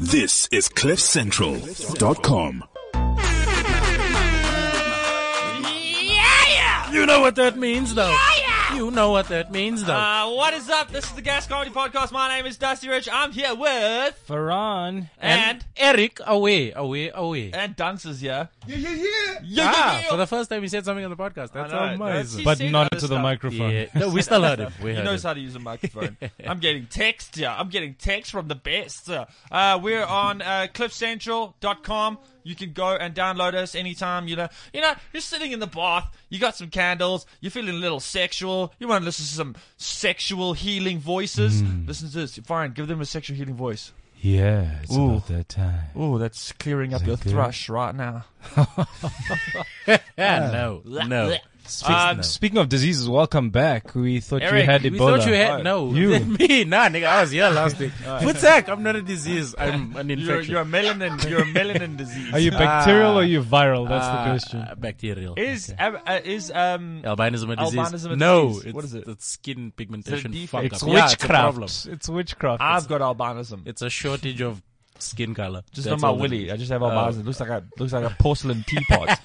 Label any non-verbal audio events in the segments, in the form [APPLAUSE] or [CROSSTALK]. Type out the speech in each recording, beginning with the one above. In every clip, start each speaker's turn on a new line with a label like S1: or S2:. S1: This is CliffCentral.com.
S2: Yeah!
S3: You know what that means, though.
S2: yeah.
S3: You know what that means, though.
S2: Uh, what is up? This is the Gas Comedy Podcast. My name is Dusty Rich. I'm here with
S3: Faran
S2: And-
S3: Eric, away, away, away.
S2: and Dunces, yeah. Yeah, yeah, yeah.
S3: Ah, for the first time he said something on the podcast. That's
S2: I know.
S3: amazing.
S2: That's-
S4: but
S2: seen
S4: not
S2: other
S4: into the
S2: stuff.
S4: microphone.
S3: Yeah. No, we still
S2: [LAUGHS]
S3: heard him. We
S2: he
S3: heard
S2: knows
S3: him.
S2: how to use a
S4: [LAUGHS]
S2: microphone. I'm getting text, yeah. I'm getting text from the best. yeah. Uh, we're on uh, cliffcentral.com. You can go and download us anytime. You know, you know, you're sitting in the bath. You got some candles. You're feeling a little sexual. You want to listen to some sexual healing voices. Listen to this. Fine, give them a sexual healing voice.
S4: Hmm. Yeah, it's
S2: Ooh.
S4: about that time.
S2: Oh, that's clearing up your
S4: good?
S2: thrush right now.
S4: Ah.
S3: Yeah, no, no.
S4: Speak-
S2: Um,
S4: no. Speaking of diseases, welcome back. We thought
S2: Eric,
S4: you had
S3: We
S4: Ebola.
S3: thought you had no.
S4: You.
S3: [LAUGHS] me, nah, nigga. I was here last week. What's that? I'm not a disease. I'm an infection.
S2: You're, you're a melanin. You're a
S4: [LAUGHS]
S2: melanin disease.
S4: Are you bacterial
S3: Ah.
S4: or are you viral? That's
S3: Ah,
S4: the question.
S3: Bacterial.
S2: Is ab- uh, is um
S3: Albinism a disease?
S2: Albinism a
S3: no,
S2: disease.
S3: It's,
S2: What is it?
S3: It's skin pigmentation.
S2: defect.
S3: fuck up.
S4: It's
S3: Yeah, it's a
S4: witchcraft.
S3: problem.
S4: It's, witchcraft.
S3: Ah.
S2: I've
S4: It's-
S2: got albinism.
S3: It's a shortage of skin color.
S2: Just
S3: That's
S2: not
S3: all that
S2: my willy. I just have
S3: Oh.
S2: albinism. It looks like a looks like a porcelain teapot.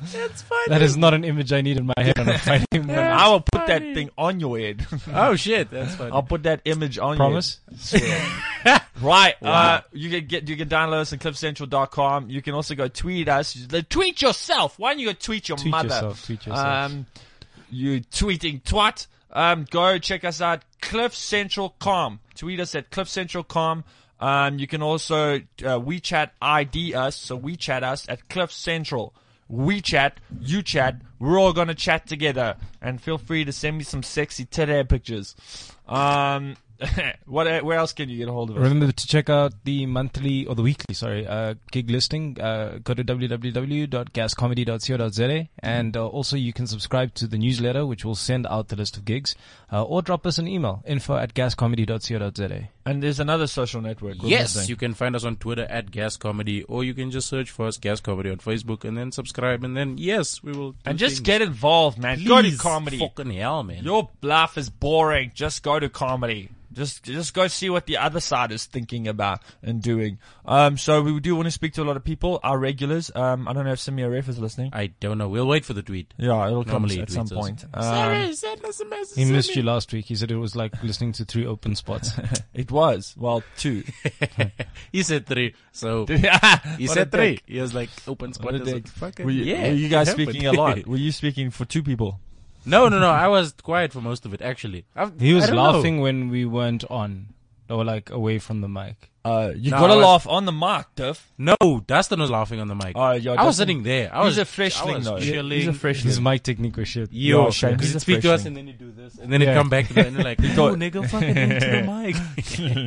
S3: It's fine.
S4: that is not an image I need in my head. when I'm fighting my-
S2: I will put that
S3: funny.
S2: thing on your head. [LAUGHS]
S3: Oh shit, that's funny.
S2: I'll put that image on
S4: Promise?
S2: you. Right. Uh, you can get you can download us on clipcentral.com. You can also go tweet us. Tweet yourself. Why don't you go tweet your
S4: Tweet
S2: mother?
S4: yourself, tweet yourself.
S2: Um, you tweeting twat. Um, go check us out, cliffcentral.com. Tweet us at cliffcentral.com. Um, you can also uh, WeChat ID us, so WeChat us at Cliff Central. WeChat, you chat, we're all gonna chat together. And feel free to send me some sexy teddy pictures. Um, [LAUGHS] what, where else can you get a hold of us?
S4: Remember to check out the monthly or the weekly, sorry, uh, gig listing. Uh, go to www.gascomedy.co.za and uh, also you can subscribe to the newsletter, which will send out the list of gigs, uh, or drop us an email info at gascomedy.co.za.
S2: And there's another social network. we're missing.
S3: Yes, you can find us on Twitter at Gas Comedy, or you can just search for us Gas Comedy on Facebook and then subscribe. And then yes, we will. do
S2: and just
S3: things.
S2: get involved, man.
S3: Please,
S2: Go to comedy.
S3: Fucking hell, man!
S2: Your laugh is boring. Just go to comedy. Just just go see what the other side is thinking about and doing. Um, so we do want to speak to a lot of people, our regulars. Um, I don't know if Samir Ref is listening.
S3: I don't know. We'll wait for the tweet.
S2: Yeah, it'll come
S3: Normally
S2: at
S3: he
S2: some
S3: tweets us.
S2: point. Um,
S3: Sorry, send us a message.
S4: He
S3: send
S4: missed
S3: me-
S4: you last week. He said it was like listening to three open spots.
S3: [LAUGHS]
S2: it was well two.
S3: He said three. So he
S2: [LAUGHS] he
S3: said three. He was like open spot.
S2: What a
S3: is
S2: dick.
S3: it? Fucking
S2: Were you,
S3: yeah.
S2: were you guys
S3: it happened.
S2: speaking a lot? [LAUGHS] Were you speaking for two people?
S3: [LAUGHS] no, no, no. I was quiet for most of it. Actually, I've,
S4: He
S3: I
S4: was
S3: don't know.
S4: laughing when we weren't on or like away from the mic.
S2: Uh, you
S3: No,
S2: got
S3: I
S2: to
S3: was-
S2: laugh on the mic, Duff.
S3: No, Dustin was laughing on the mic.
S2: Oh, yeah,
S3: I was
S2: Dustin-
S3: sitting there. I
S2: he's
S3: was
S2: a freshling,
S3: I was
S2: though. Yeah, he's a
S3: Chilling.
S2: freshling.
S4: His mic technique was shit.
S3: Yo,
S2: Yeah, shame.
S3: because
S2: He's a
S3: it speak to us
S2: freshling.
S3: and then you do this, and then it
S4: Yeah.
S3: come back to the and you're
S2: [LAUGHS]
S3: like, "No,
S2: thought-
S3: nigga, fucking into the mic."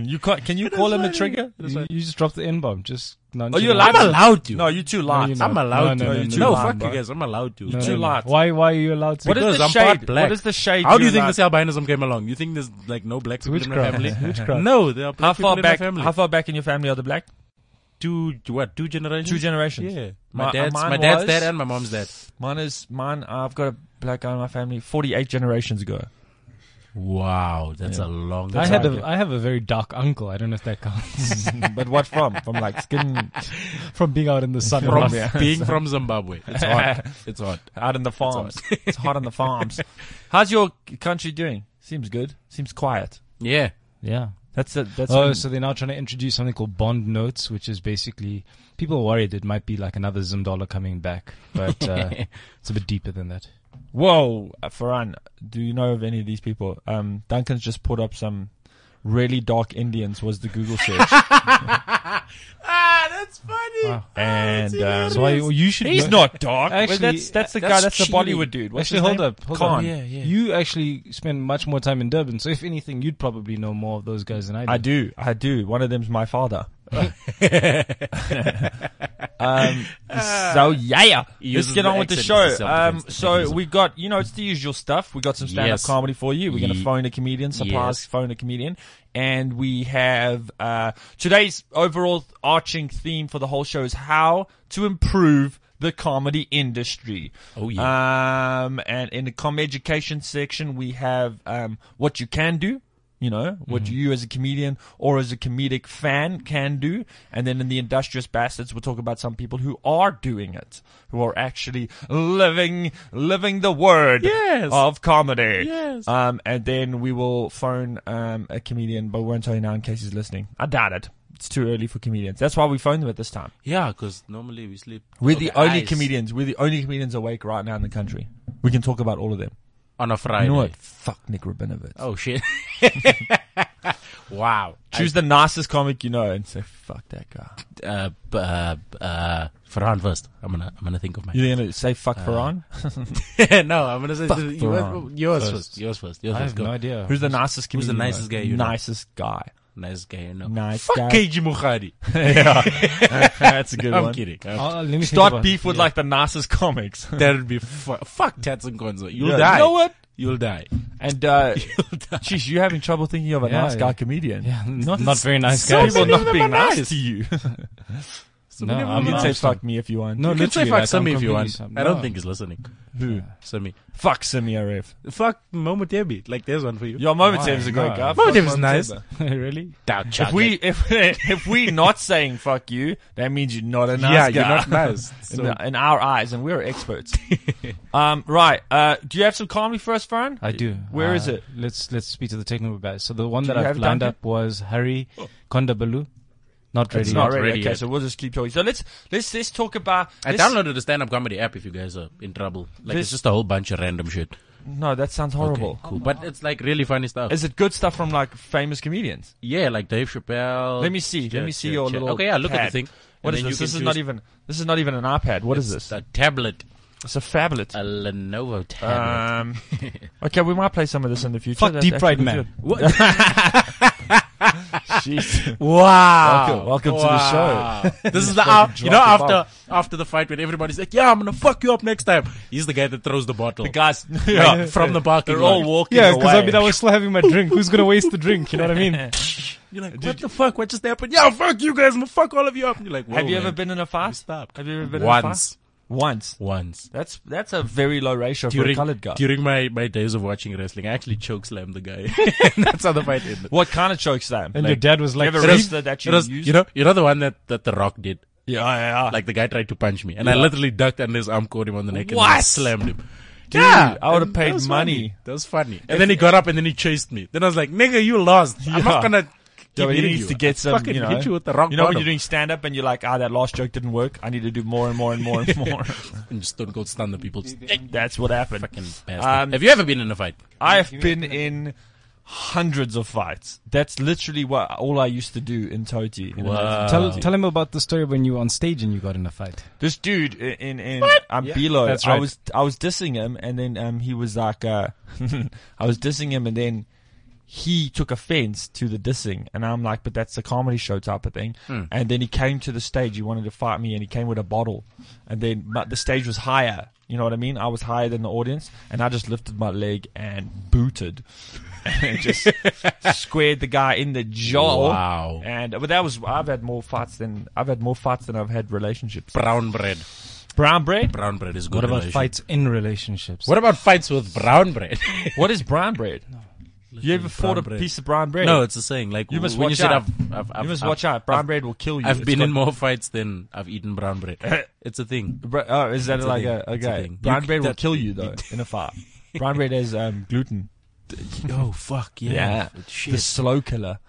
S2: [LAUGHS] you can't, can you call him a trigger?
S4: You, you just dropped the N bomb. Just
S2: Oh, you're
S3: I'm
S2: allowed to.
S3: allowed to.
S2: No, you too light.
S4: you're not.
S3: I'm allowed
S4: No,
S3: to. No,
S4: no, no, no,
S2: no,
S3: fuck
S2: bro.
S3: you guys. I'm allowed to.
S2: too loud.
S4: Why? Why are you allowed to?
S2: What is
S3: Because
S2: the
S3: I'm
S2: shade?
S3: part black.
S2: What is the shade?
S3: How do you
S2: you're
S3: think
S2: allowed?
S3: this albinism came along? You think there's like no black people in my
S4: witchcraft. [LAUGHS]
S3: family?
S4: Witchcraft.
S3: [LAUGHS] No, there are black
S2: How
S3: people
S2: far
S3: in my
S2: back?
S3: family.
S2: How far back in your family are the black?
S3: two what? Two generations.
S2: Two generations.
S3: Mm-hmm. Yeah, my,
S2: My-
S3: dad's
S2: mine
S3: my dad's
S2: was-
S3: dad and my mom's dad.
S2: Mine is mine. I've got a black guy in my family, forty-eight generations ago. [LAUGHS]
S3: Wow, that's a long.
S4: I
S3: time.
S4: had a I have a very dark uncle. I don't know if that counts. [LAUGHS]
S2: but what from? From like [LAUGHS] skin
S4: From being out in the sun.
S3: from
S2: [LAUGHS] Yeah.
S3: being from
S2: [LAUGHS]
S3: Zimbabwe. It's hot. It's hot.
S2: out in the farms. it's hot [LAUGHS] on the farms. How's your country doing? Seems good. Seems quiet.
S3: Yeah.
S4: Yeah.
S2: That's it. That's
S4: Oh,
S2: when-
S4: so they're now trying to introduce something called bond notes, which is basically people are worried it might be like another Zim dollar coming back, but uh, it's a bit deeper than that.
S2: whoa, uh, Farhan. Do you know of any of these people? Um, Duncan's just put up some really dark Indians. Was the Google search?
S3: [LAUGHS] Ah, that's funny. Ah,
S4: Wow.
S2: and um,
S4: So I, you should.
S2: he's
S4: know-
S2: not dark.
S4: Actually,
S2: Well, that's that's the
S3: that's
S2: guy. That's the
S3: cheating.
S2: Bollywood dude. What's
S4: Actually,
S2: his
S4: hold
S2: name?
S4: up, hold
S2: Khan.
S4: on.
S3: Yeah, yeah.
S4: You actually spend much more time in Durban, so if anything, you'd probably know more of those guys than I do.
S2: I do. I do. One of them's my father. [LAUGHS] um, so yeah,
S3: He
S2: let's
S3: uses
S2: get
S3: the
S2: on with the
S3: accent as
S2: show.
S3: a
S2: Um,
S3: self-defense
S2: so
S3: mechanism.
S2: we got you know it's the usual stuff. We got some stand-up
S3: Yes.
S2: comedy for you. We're gonna
S3: Ye-
S2: phone a comedian, surprise
S3: Yes.
S2: phone a comedian, and we have uh, today's overall arching theme for the whole show is how to improve the comedy industry.
S3: Oh, yeah.
S2: Um, and in the com education section, we have um, what you can do you know, what
S3: Mm-hmm.
S2: you as a comedian or as a comedic fan can do. And then in the industrious bastards, we'll talk about some people who are doing it, who are actually living, living the word
S3: Yes.
S2: of comedy.
S3: Yes.
S2: Um, and then we will phone, um, a comedian, but we won't tell you now in case he's listening. I doubt it. It's too early for comedians. That's why we phoned them at this time.
S3: Yeah, because normally we sleep.
S2: We're
S3: on
S2: the only
S3: ice
S2: comedians. We're the only comedians awake right now in the country. We can talk about all of them.
S3: on a Friday.
S2: You know what? Fuck Nick Rabinovich.
S3: Oh shit! [LAUGHS] wow.
S2: Choose the nicest comic you know and say, fuck that guy.
S3: I, uh, b- uh, b- uh, Farhan first. I'm gonna I'm gonna think of my.
S2: You're going to say fuck
S3: Uh,
S2: Farhan?
S3: [LAUGHS] no, I'm gonna say
S2: Fuck
S3: yours,
S2: Farhan.
S3: yours
S4: First.
S3: first. Yours first. Yours
S4: I
S3: first.
S4: have
S3: Go.
S4: no idea.
S2: Who's the nicest
S3: who's the
S2: comedian
S3: nicest guy you know?
S2: Nicest guy.
S3: [LAUGHS] Nice guy, you know.
S2: Nice
S3: Fuck
S2: guy.
S3: KG
S2: [LAUGHS]
S3: Mukhari.
S2: That's a good
S3: I'm
S2: one.
S3: kidding.
S4: Oh, let me think
S2: Start
S4: about-
S2: beef with
S4: yeah.
S2: like the nicest comics.
S3: that would be fu- fuck Tats and Gonzo. You'll
S2: [LAUGHS] Yeah.
S3: die.
S2: You know what?
S3: You'll die.
S2: And,
S4: [LAUGHS]
S2: uh, geez, you're having trouble thinking of a
S4: Yeah,
S2: nice guy
S4: yeah.
S2: comedian.
S4: Yeah, [LAUGHS] not not very nice
S2: So
S4: guys.
S2: people
S3: many of
S2: not
S3: them
S2: being
S3: are nice.
S2: nice to
S4: [LAUGHS]
S2: you.
S4: No,
S3: You
S4: I'm
S2: you can
S4: not.
S2: say fuck me if you want.
S4: No,
S3: can say
S4: literally,
S3: fuck
S4: like,
S3: Sami
S4: I'm
S3: if you want.
S4: completely Sami.
S3: I don't
S4: No.
S3: think he's listening.
S2: Who?
S3: Sami.
S2: Fuck Simi Arif.
S3: Fuck Momo Debi. Like, there's one for you.
S2: Your moment
S4: Why?
S2: is a great
S4: No.
S2: guy.
S4: Moment
S2: Fuck
S3: Dev is
S2: Moment
S3: nice.
S2: Dev.
S4: [LAUGHS] really?
S3: Doubt
S2: If we if [LAUGHS] if we not saying fuck you, that means you're not a nice
S3: yeah,
S2: guy.
S3: you're not nice. [LAUGHS]
S2: in,
S3: So,
S2: the- in our eyes, and we're
S4: [LAUGHS]
S2: experts. um, right. Uh, do you have some comedy for us, Fran?
S4: I do. Uh,
S2: Where
S4: Where
S2: is
S4: is
S2: it?
S4: Let's let's speak to the technical guys. So the one
S2: Do
S4: that
S2: you
S4: I've
S2: have
S4: lined
S2: Duncan?
S4: up was Harry Kondabalu. Not ready.
S2: It's not
S4: yet.
S2: ready.
S3: ready
S2: Okay,
S3: yet.
S2: so we'll just keep talking. So let's let's let's talk about.
S3: I
S2: let's-
S3: downloaded a stand-up comedy app if you guys are in trouble. Like,
S2: This-
S3: it's just a whole bunch of random shit.
S2: No, that sounds
S3: Okay,
S2: horrible.
S3: cool. But it's like really funny stuff.
S2: Is it good stuff from like famous comedians?
S3: yeah, like Dave Chappelle.
S2: Let me see. Let
S3: Yeah,
S2: me see
S3: yeah,
S2: your
S3: yeah.
S2: little.
S3: Okay, yeah, look at the
S2: pad.
S3: thing.
S2: What
S3: And
S2: is
S3: then
S2: this?
S3: you
S2: This
S3: can
S2: is not
S3: choose-
S2: even. This is not even an iPad. What is
S3: It's
S2: this?
S3: A tablet.
S2: It's a phablet.
S3: A Lenovo
S2: [LAUGHS]
S3: tablet. [LAUGHS]
S2: Um, okay, we might play some of this in the future.
S4: Fuck
S2: That's
S4: deep fried
S2: actually
S4: man.
S2: good.
S3: What?
S2: Jeez.
S3: Wow!
S4: Ah.
S2: Welcome- welcome to the [LAUGHS] show.
S3: to the show. This is the af- you know
S2: dropped the
S3: after after the fight when everybody's like, "Yeah, I'm gonna fuck you up next time." He's the guy that throws the bottle. [LAUGHS]
S2: the guys.
S3: Like,
S2: [LAUGHS]
S3: from the parking
S2: They're all
S3: lot.
S2: walking
S4: Yeah, because I
S2: away.
S4: mean, I was still having my drink. Who's gonna waste the drink? You know what I
S2: [LAUGHS]
S4: mean?
S3: You're like, "What the fuck? What just happened?" Yeah, fuck you guys. I'm gonna fuck all of you up. And you're like,
S2: Have
S3: "Whoa,
S2: you
S3: man."
S2: ever been in a fight?
S3: stopped.
S2: Have you ever been in a fight?
S3: once?
S2: Once.
S3: Once
S2: That's that's a very low ratio for a
S3: during
S2: colored guy.
S3: during my, my days of watching wrestling, I actually choke slammed the [LAUGHS] guy. and that's how the fight ended.
S2: what kind of choke slam?
S4: And your dad was like,
S2: you have a
S4: "Three?"
S2: wrestler that you
S3: It was-
S2: used?
S3: you know, you know the one that, that the Rock did.
S2: yeah, yeah, yeah.
S3: Like the guy tried to punch me, and I literally ducked, and his arm caught him on the neck, and I
S2: What?
S3: slammed him.
S2: Dude,
S3: yeah,
S2: I would've
S3: and that
S2: paid
S3: was
S2: money.
S3: funny. That was funny. And then he got up, and then he chased me. Then I was like, "Nigga, you lost. I'm
S2: Yeah.
S3: not gonna."
S2: Yeah,
S3: keep
S2: but he
S3: hitting
S2: needs
S3: you.
S2: to get some.
S3: Fucking
S2: you know,
S3: hit you with the rock
S2: You know when
S3: bottom.
S2: you're doing stand up and you're like, ah, that last joke didn't work. I need to do more and more and
S4: [LAUGHS]
S2: more and more.
S3: and just don't go stun the people. Just, "Hey,
S2: That's what happened.
S3: fucking bastard.
S2: Um,
S3: Have you ever been in a fight?
S2: I have been in hundreds of fights. That's literally what all I used to do in Toti.
S3: Wow.
S4: Tell, tell him about the story when you were on stage and you got in a fight.
S2: This dude i- in in um, Bilo,
S4: that's
S2: I
S4: right.
S2: was I was dissing him, and then um he was like, uh, [LAUGHS] I was dissing him, and then he took offense to the dissing, and I'm like, but that's a comedy show type of thing.
S4: Hmm.
S2: And then he came to the stage, he wanted to fight me, and he came with a bottle, and then my, the stage was higher. You know what I mean? I was higher than the audience, and I just lifted my leg and booted, [LAUGHS] and just
S4: [LAUGHS]
S2: squared the guy in the jaw.
S3: Wow.
S2: And but that was I've had more fights than I've had more fights than I've had relationships.
S3: brown bread.
S2: Brown bread?
S3: Brown bread is good.
S4: What about
S3: relation.
S4: fights in relationships?
S3: What about fights with brown bread?
S2: What is brown bread? You ever fought a
S3: bread.
S2: piece of brown
S3: [LAUGHS]
S2: bread?
S3: no, it's a saying. Like
S2: You must
S3: when you
S2: watch
S3: said,
S2: out.
S3: I've, I've, I've,
S2: you must
S3: I've-
S2: watch out. Brown bread will kill you.
S3: I've
S2: It's
S3: been
S2: got-
S3: in more fights than I've eaten brown [LAUGHS] bread. it's a thing.
S2: Br- Oh, is that like a,
S3: thing. It's a
S2: okay?
S3: thing.
S2: Brown
S3: You-
S2: bread will
S3: that-
S2: kill you though in
S3: [LAUGHS]
S2: a fight. brown bread has um, gluten.
S3: Oh fuck
S2: Yeah, the
S3: Shit.
S2: slow killer.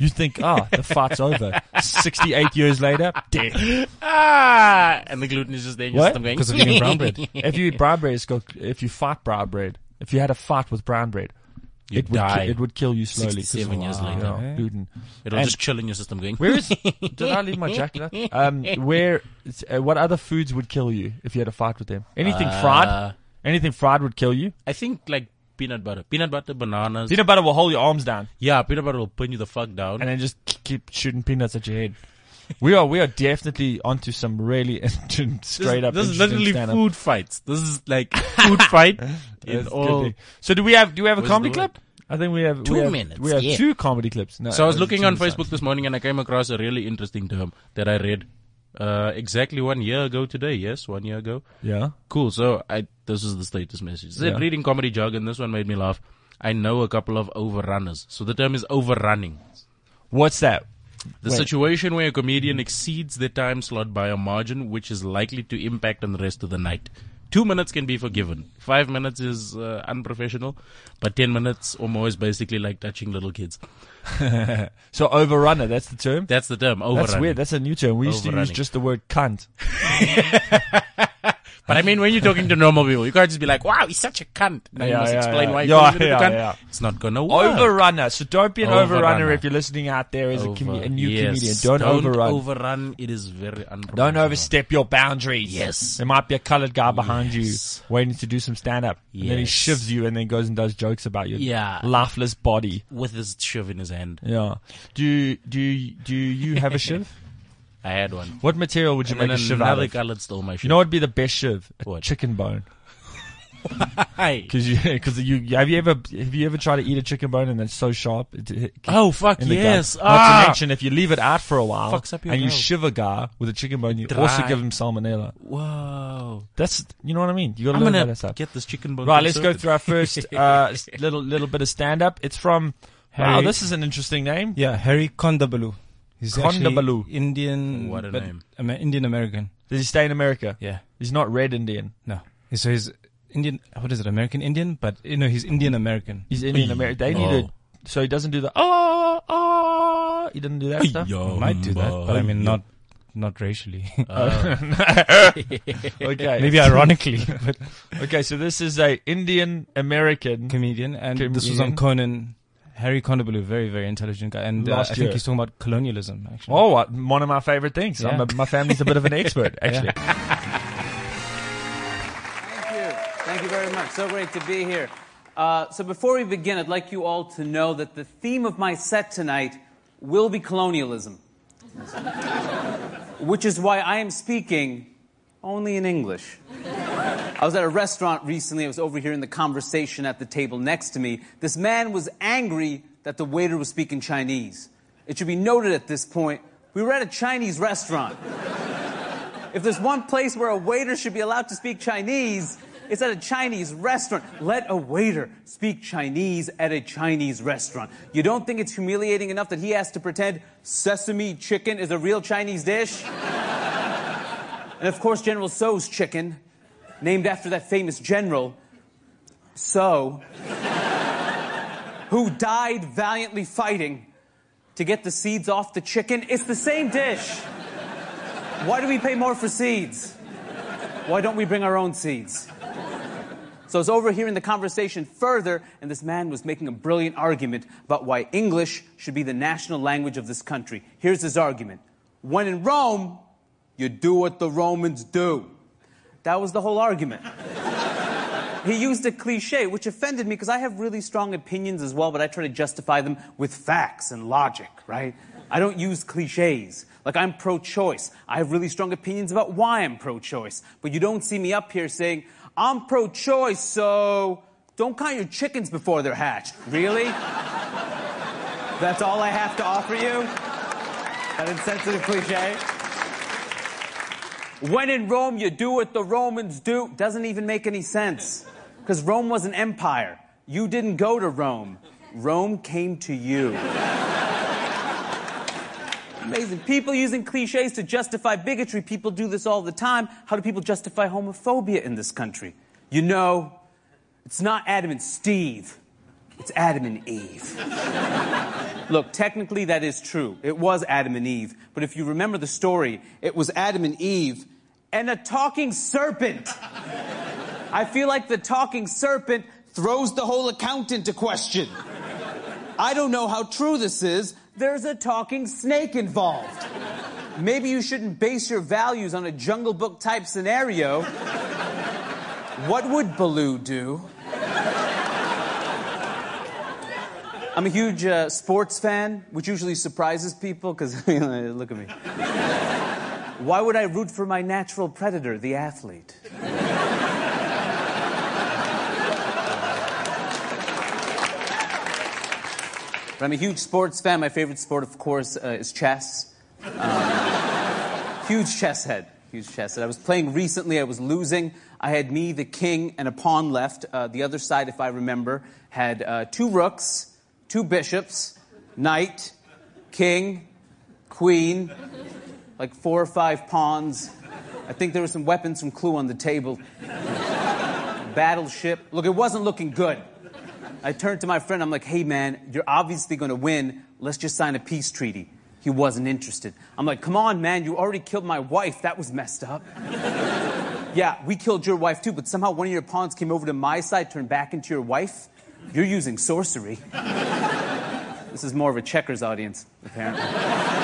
S2: You think, ah, the fight's over. Sixty-eight years later,
S3: [LAUGHS]
S2: dead.
S3: [LAUGHS] Ah, and the gluten is just there. in your
S2: What?
S3: stomach.
S4: Because of eating
S3: [LAUGHS]
S4: brown bread.
S2: If you eat brown bread, it's got. If you fight brown bread, if you had a fight with brown bread,
S3: You
S2: it would
S3: die.
S2: Ki- it would kill you slowly. 'cause
S3: Sixty-seven
S2: of-
S3: years
S2: you
S3: later,
S2: know, gluten.
S3: it'll
S2: And-
S3: just chill in your system. Going,
S2: Where
S3: [LAUGHS]
S2: is? did I leave my jacket? out? Um, where? Uh, what other foods would kill you if you had a fight with them? Anything fried?
S3: Uh,
S2: Anything fried would kill you.
S3: I think like peanut butter, peanut butter, bananas.
S2: Peanut butter will hold your arms down
S3: yeah, peanut butter will pin you the fuck down.
S2: and then just k- keep shooting peanuts at your
S3: [LAUGHS]
S2: head. We are we are definitely onto some really [LAUGHS]
S3: This-
S2: straight up.
S3: This is
S2: interesting
S3: literally
S2: stand-up.
S3: food fights. This is [LAUGHS] like food fight. in
S2: That's
S3: all-
S2: good. So do we have do we have a
S3: Where's
S2: comedy
S3: the
S2: clip? I think we have we
S3: Two
S2: have-
S3: minutes,
S2: We have
S3: yeah.
S2: two comedy clips. No,
S3: So I was
S2: uh,
S3: looking
S2: two
S3: on
S2: minutes.
S3: Facebook this morning and I came across a really interesting term that I read uh, exactly one year ago today. Yes, one year ago.
S2: Yeah.
S3: Cool. So I this is the status message. It said
S2: Yeah.
S3: reading comedy jargon. This one made me laugh. I know a couple of overrunners. So the term is overrunning.
S2: What's that?
S3: The situation where a comedian exceeds their time slot by a margin which is likely to impact on the rest of the night. Two minutes can be forgiven. Five minutes is uh, unprofessional, but ten minutes or more is basically like touching little kids.
S2: So overrunner, that's the term?
S3: That's the term, overrunning.
S2: That's weird. That's a new term. We used to use
S3: Overrunning.
S2: just the word cunt.
S3: But I mean, when you're talking to normal people, you can't just be like, wow, he's such a cunt. Now you
S2: Yeah,
S3: must
S2: yeah,
S3: explain
S2: yeah.
S3: why
S2: Yeah,
S3: you're calling him a
S2: yeah,
S3: cunt.
S2: yeah.
S3: It's not going to work.
S2: Overrunner. So don't be an overrunner,
S3: Overrunner.
S2: if you're listening out there as a, com-
S3: Over-
S2: a new
S3: yes.
S2: comedian. Don't, overrun.
S3: overrun. It is very unprofessional.
S2: don't overstep your boundaries.
S3: Yes.
S2: There might be a colored guy behind
S3: Yes.
S2: you waiting to do some stand up. And then he
S3: Yes.
S2: shivs you and then goes and does jokes about your
S3: Yeah.
S2: lifeless body.
S3: With his shiv in his hand.
S2: Yeah. Do do do you have a shiv?
S3: I had one.
S2: [LAUGHS] What material would you
S3: And then
S2: make a shiv out
S3: another
S2: of?
S3: colored stole my shiv.
S2: You know what'd be the best shiv? A
S3: What?
S2: chicken bone.
S3: Hi.
S2: Because you, [LAUGHS] because you, have you ever, have you ever tried to eat a chicken bone and it's so sharp? It, it,
S3: Oh, fuck,
S2: in the gut?
S3: yes.
S2: Not
S3: Ah!
S2: to mention, if you leave it out for a while
S3: Fucks up your
S2: and you
S3: throat.
S2: shiver guy with a chicken bone, you
S3: Dry.
S2: also give him salmonella.
S3: Whoa.
S2: That's, you know what I mean? You gotta
S3: I'm
S2: learn about
S3: gonna
S2: that stuff.
S3: get this chicken bone.
S2: Right, let's go
S3: conserved.
S2: through our first,
S3: [LAUGHS]
S2: uh, s- little, little bit of stand up. It's from, wow,
S4: Harry-
S2: this is an interesting name.
S4: Yeah, Harry Kondabalu. He's
S2: Kondabalu.
S4: actually Indian.
S3: What a
S4: but
S3: name.
S4: Amer- Indian American.
S2: Does he stay in America?
S4: Yeah.
S2: He's not red Indian.
S4: No. So he's Indian. What is it? American Indian? But you know, he's Indian American.
S2: He's Indian American. They need
S3: Oh.
S2: to, so he doesn't do the, oh, oh, he doesn't do that stuff.
S3: Yo,
S4: Might do that, but I mean,
S3: yo.
S4: not
S2: [LAUGHS]
S4: not racially.
S3: [LAUGHS]
S2: Okay.
S4: Maybe ironically, but
S2: [LAUGHS] Okay, so this is a Indian American.
S4: comedian. And this was
S2: Comedian.
S4: on Conan. Harry Kondabalu, very very intelligent guy, and uh, I
S2: Last
S4: think
S2: year.
S4: he's talking about colonialism. Actually,
S2: Oh, what- one of my favorite things. I'm
S4: Yeah.
S2: a, my family's a bit of
S3: [LAUGHS]
S2: an expert, actually.
S5: Thank you. Thank you very much. So great to be here. Uh, so before we begin, I'd like you all to know that the theme of my set tonight will be colonialism, [LAUGHS] which is why I am speaking only in English. I was at a restaurant recently. I was overhearing the conversation at the table next to me. This man was angry that the waiter was speaking Chinese. It should be noted at this point, we were at a Chinese restaurant. If there's one place where a waiter should be allowed to speak Chinese, it's at a Chinese restaurant. Let a waiter speak Chinese at a Chinese restaurant. You don't think it's humiliating enough that he has to pretend sesame chicken is a real Chinese dish? and of course, General So's chicken, named after that famous general, So, who died valiantly fighting to get the seeds off the chicken. It's the same dish. Why do we pay more for seeds? Why don't we bring our own seeds? So I was overhearing the conversation further, and this man was making a brilliant argument about why English should be the national language of this country. Here's his argument When in Rome, you do what the Romans do. That was the whole argument. [LAUGHS] He used a cliche, which offended me because I have really strong opinions as well, but I try to justify them with facts and logic, right? I don't use cliches. Like, I'm pro choice. I have really strong opinions about why I'm pro choice. But you don't see me up here saying, I'm pro choice, so don't count your chickens before they're hatched. Really? [LAUGHS] That's all I have to offer you? That insensitive cliche? When in Rome, you do what the Romans do doesn't even make any sense. Because Rome was an empire. You didn't go to Rome, Rome came to you. Amazing. People using cliches to justify bigotry. People do this all the time. How do people justify homophobia in this country? You know, it's not Adam and Steve, it's Adam and Eve. Look, technically that is true. It was Adam and Eve. But if you remember the story, it was Adam and Eve and a talking serpent. I feel like the talking serpent throws the whole account into question. I don't know how true this is. There's a talking snake involved. Maybe you shouldn't base your values on a jungle book type scenario. What would Baloo do? I'm a huge uh, sports fan, which usually surprises people because [LAUGHS] look at me. Why would I root for my natural predator, the athlete? But I'm a huge sports fan. My favorite sport, of course, uh, is chess. Um, huge chess head. Huge chess that I was playing recently. I was losing. I had me, the king, and a pawn left. Uh, the other side, if I remember, had uh, two rooks, two bishops, knight, king, queen, like four or five pawns. I think there were some weapons from Clue on the table. Battleship. Look, it wasn't looking good. I turned to my friend. I'm like, hey, man, you're obviously going to win. Let's just sign a peace treaty. He wasn't interested. I'm like, come on, man, you already killed my wife. That was messed up. yeah, we killed your wife too, but somehow one of your pawns came over to my side, turned back into your wife. You're using sorcery. this is more of a checkers audience, apparently. [LAUGHS]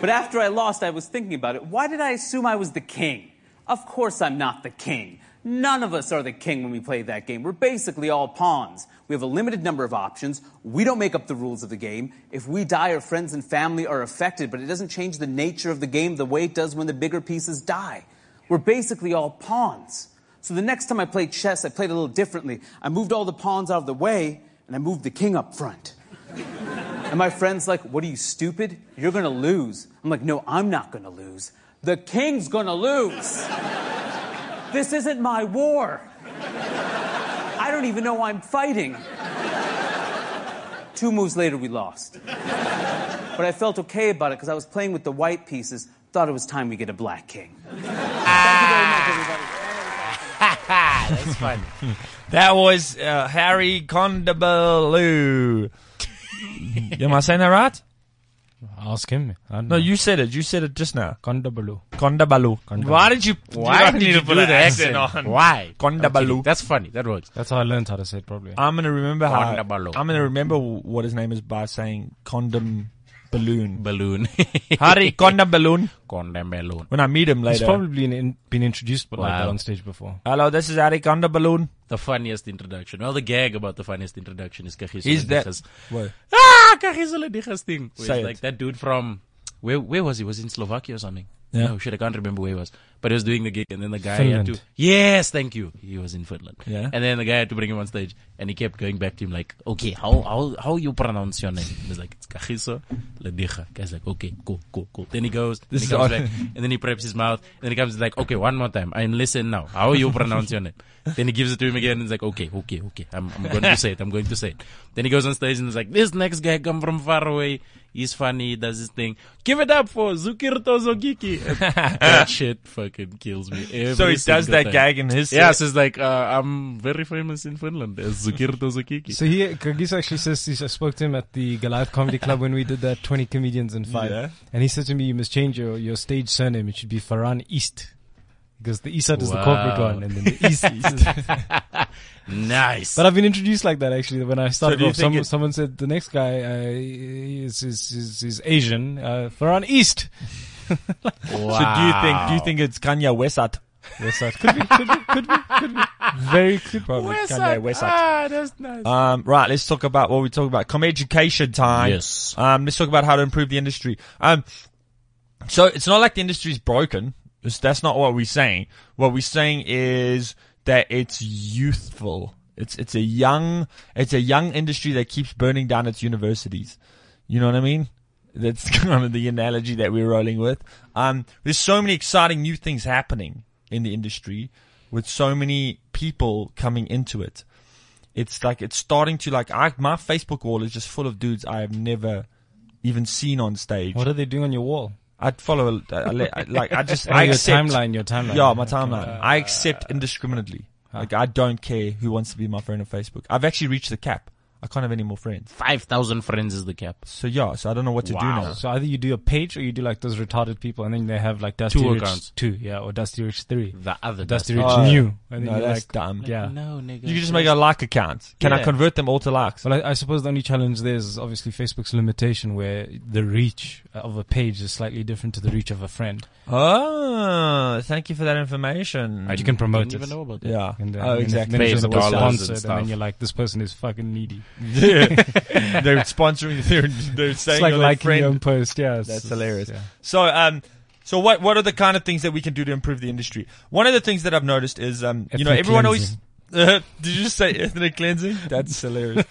S5: But after I lost, I was thinking about it. Why did I assume I was the king? Of course I'm not the king. None of us are the king when we play that game. We're basically all pawns. We have a limited number of options. We don't make up the rules of the game. If we die, our friends and family are affected, but it doesn't change the nature of the game the way it does when the bigger pieces die. We're basically all pawns. So the next time I played chess, I played a little differently. I moved all the pawns out of the way, and I moved the king up front. And my friend's like, What are you, stupid? You're gonna lose. I'm like, No, I'm not gonna lose. The king's gonna lose. this isn't my war. I don't even know I'm fighting. Two moves later, we lost. But I felt okay about it because I was playing with the white pieces, thought it was time we get a black king. Thank you very much, everybody.
S2: That's fun. that was uh, Harry Condabaloo. Am I saying that right?
S4: Ask him. I don't
S2: No,
S4: know.
S2: you said it. You said it just now.
S4: Kondabalu.
S2: Condabaloo. Why did you?
S3: Why
S2: you
S3: did you put an accent on? Why?
S2: Kondabalu.
S3: Okay, That's funny. That works.
S4: That's how I learned how to say it, probably.
S2: I'm gonna remember how.
S3: Condabaloo.
S2: I'm gonna remember what his name is by saying condom
S3: [LAUGHS]
S2: balloon.
S3: Balloon.
S2: Harry
S3: [LAUGHS]
S2: condom balloon.
S3: Condom balloon.
S2: When I meet him
S4: He's
S2: later.
S4: probably been, in, been introduced like
S3: Wow.
S4: that on stage before.
S2: Hello, this is Harry condom balloon.
S3: The funniest introduction. Well, the gag about the funniest introduction is Kagiso
S2: Is that?
S3: Ledigas.
S2: What?
S3: Ah, Kagiso Ledigas thing. Where
S2: Say
S3: it's
S2: it.
S3: like that dude from, where, where was he? Was he in Slovakia or something?
S2: Yeah.
S3: No, shit, I can't remember where he was. But he was doing the gig and then the guy had
S4: Finland.
S3: to, yes, thank you. He was in Finland.
S2: Yeah.
S3: And then the guy had to bring him on stage and he kept going back to him like, okay, how, how, how you pronounce your name? And he's like, it's Kagiso Lediga. Guy's like, okay, cool, cool, cool. Then he goes, then [LAUGHS] he
S2: is
S3: comes
S2: all- [LAUGHS]
S3: back, and then he preps his mouth, and then he comes like, okay, one more time. I'm listen now. How you pronounce your name? Then he gives it [LAUGHS] to him again, and he's like, okay, okay, okay. I'm, I'm going to say it. I'm going to say it. Then he goes on stage and he's like, this next guy come from far away. He's funny. He does his thing. Give it up for Zukirto Zogiki. [LAUGHS] And that shit fucking kills me. Every
S2: So he does
S3: single
S2: that
S3: time.
S2: gag in his.
S3: Yeah, so it's like, uh, I'm very famous in Finland as Zukirto Zogiki.
S4: So he, Kagiso actually says, he, I spoke to him at the Goliath Comedy Club when we did that 20 comedians in five.
S2: Yeah.
S4: And he said to me, you must change your, your stage surname. It should be Faran East. Because the east side is the corporate
S3: Wow.
S4: one and then the east. is-
S3: [LAUGHS] Nice.
S4: but I've been introduced like that actually. When I started
S2: do you
S4: off,
S2: think
S4: some,
S2: it-
S4: someone said the next guy uh, is, is, is, is Asian, uh, Faran East.
S2: So do you think? Do you think it's Kanye West?
S4: West side. Could be, could be, could be, could be. Very could probably.
S2: Kanye West.
S3: Ah, that's nice.
S2: Um, right, let's talk about what we talk about. Come education time.
S3: Yes.
S2: Um, let's talk about how to improve the industry. Um, so it's not like the industry's broken. It's- that's not what we're saying. What we're saying is that it's youthful. It's it's a young it's a young industry that keeps burning down its universities. You know what I mean? That's [LAUGHS] kind of the analogy that we're rolling with. Um, there's so many exciting new things happening in the industry with so many people coming into it it's like it's starting to like I, my Facebook wall is just full of dudes I have never even seen on stage.
S4: What are they doing on your wall?
S2: I'd follow a- I le- I- like I
S4: [LAUGHS]
S2: just
S4: Oh,
S2: I
S4: your
S2: accept
S4: timeline, your timeline.
S2: Yeah, my timeline. I accept indiscriminately. Like I don't care who wants to be my friend on Facebook. I've actually reached the cap. I can't have any more friends.
S3: 5,000 friends is the cap.
S2: So yeah, so I don't know what to do
S3: Wow.
S2: now.
S4: So either you do a page or you do like those retarded people, and then they have like Dusty
S3: Two
S4: Rich
S3: accounts.
S4: Two, yeah, or Dusty Rich Three,
S3: The other Dusty.
S4: Dusty Rich
S2: Oh,
S4: New. And then
S2: No,
S4: you're
S2: that's
S4: like,
S2: dumb.
S4: yeah.
S3: No, nigga.
S2: You can just make a like account. Can I
S3: Yeah.
S2: convert them all to likes?
S4: Well, I, I suppose the only challenge there is obviously Facebook's limitation, where the reach of a page is slightly different to the reach of a friend.
S2: Oh, thank you for that information.
S4: you can promote
S3: didn't
S4: it.
S3: even know about that.
S2: yeah.
S4: And, uh,
S2: oh,
S4: and then-
S2: exactly.
S4: Then it's
S3: Pays
S4: just a
S3: dollars and
S4: sponsored, and,
S3: stuff.
S4: then you're like, this person is fucking needy. [LAUGHS]
S2: they're sponsoring. They're, they're saying
S4: It's like
S2: on their
S4: liking
S2: friend
S4: your own post. Yeah, it's-
S2: That's
S4: it's-
S2: hilarious.
S4: yeah.
S2: So, um, so what what are the kind of things that we can do to improve the industry? One of the things that I've noticed is, um, you know,
S4: Ethnic
S2: everyone [LAUGHS]
S4: cleansing.
S2: always Uh-huh. Did you say ethnic cleansing? That's
S4: [LAUGHS]
S2: hilarious.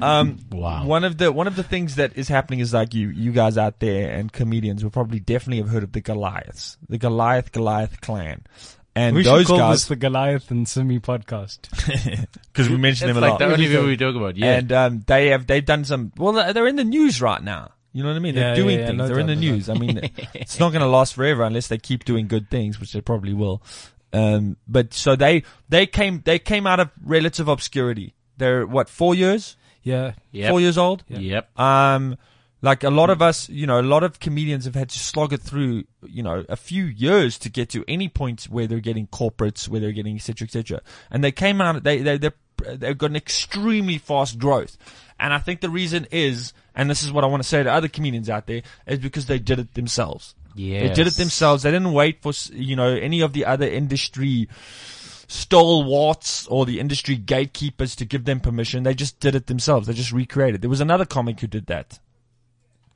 S2: Um,
S3: Wow.
S2: One of the one of the things that is happening is like you you guys out there and comedians will probably definitely have heard of the Goliaths, the Goliath Goliath clan, and
S4: we should
S2: those
S4: call
S2: guys
S4: this the Goliath and Simi podcast.
S2: because we mentioned
S3: It's
S2: them
S3: like
S2: a lot.
S3: the only people we talk about. Yeah.
S2: And um, they have they've done some. Well, they're they're in the news right now. You know what I mean? They're
S4: Yeah,
S2: doing
S4: yeah, yeah,
S2: things.
S4: no
S2: they're in the
S4: doubt, no
S2: news. I mean, it's not going to last forever unless they keep doing good things, which they probably will. Um, but so they they came they came out of relative obscurity. They're what four years?
S4: [LAUGHS] Yeah.
S3: Yep.
S2: Four years old.
S3: Yep.
S2: Um, like a lot of us, you know, a lot of comedians have had to slog it through, you know, a few years to get to any point where they're getting corporates, where they're getting et cetera, et cetera. And they came out, they, they, they, they've got an extremely fast growth. And I think the reason is, and this is what I want to say to other comedians out there, is because they did it themselves. They did
S3: Yes.
S2: it themselves. They didn't wait for, s- you know, any of the other industry stalwarts or the industry gatekeepers to give them permission. They just did it themselves. They just recreated. There was another comic who did that,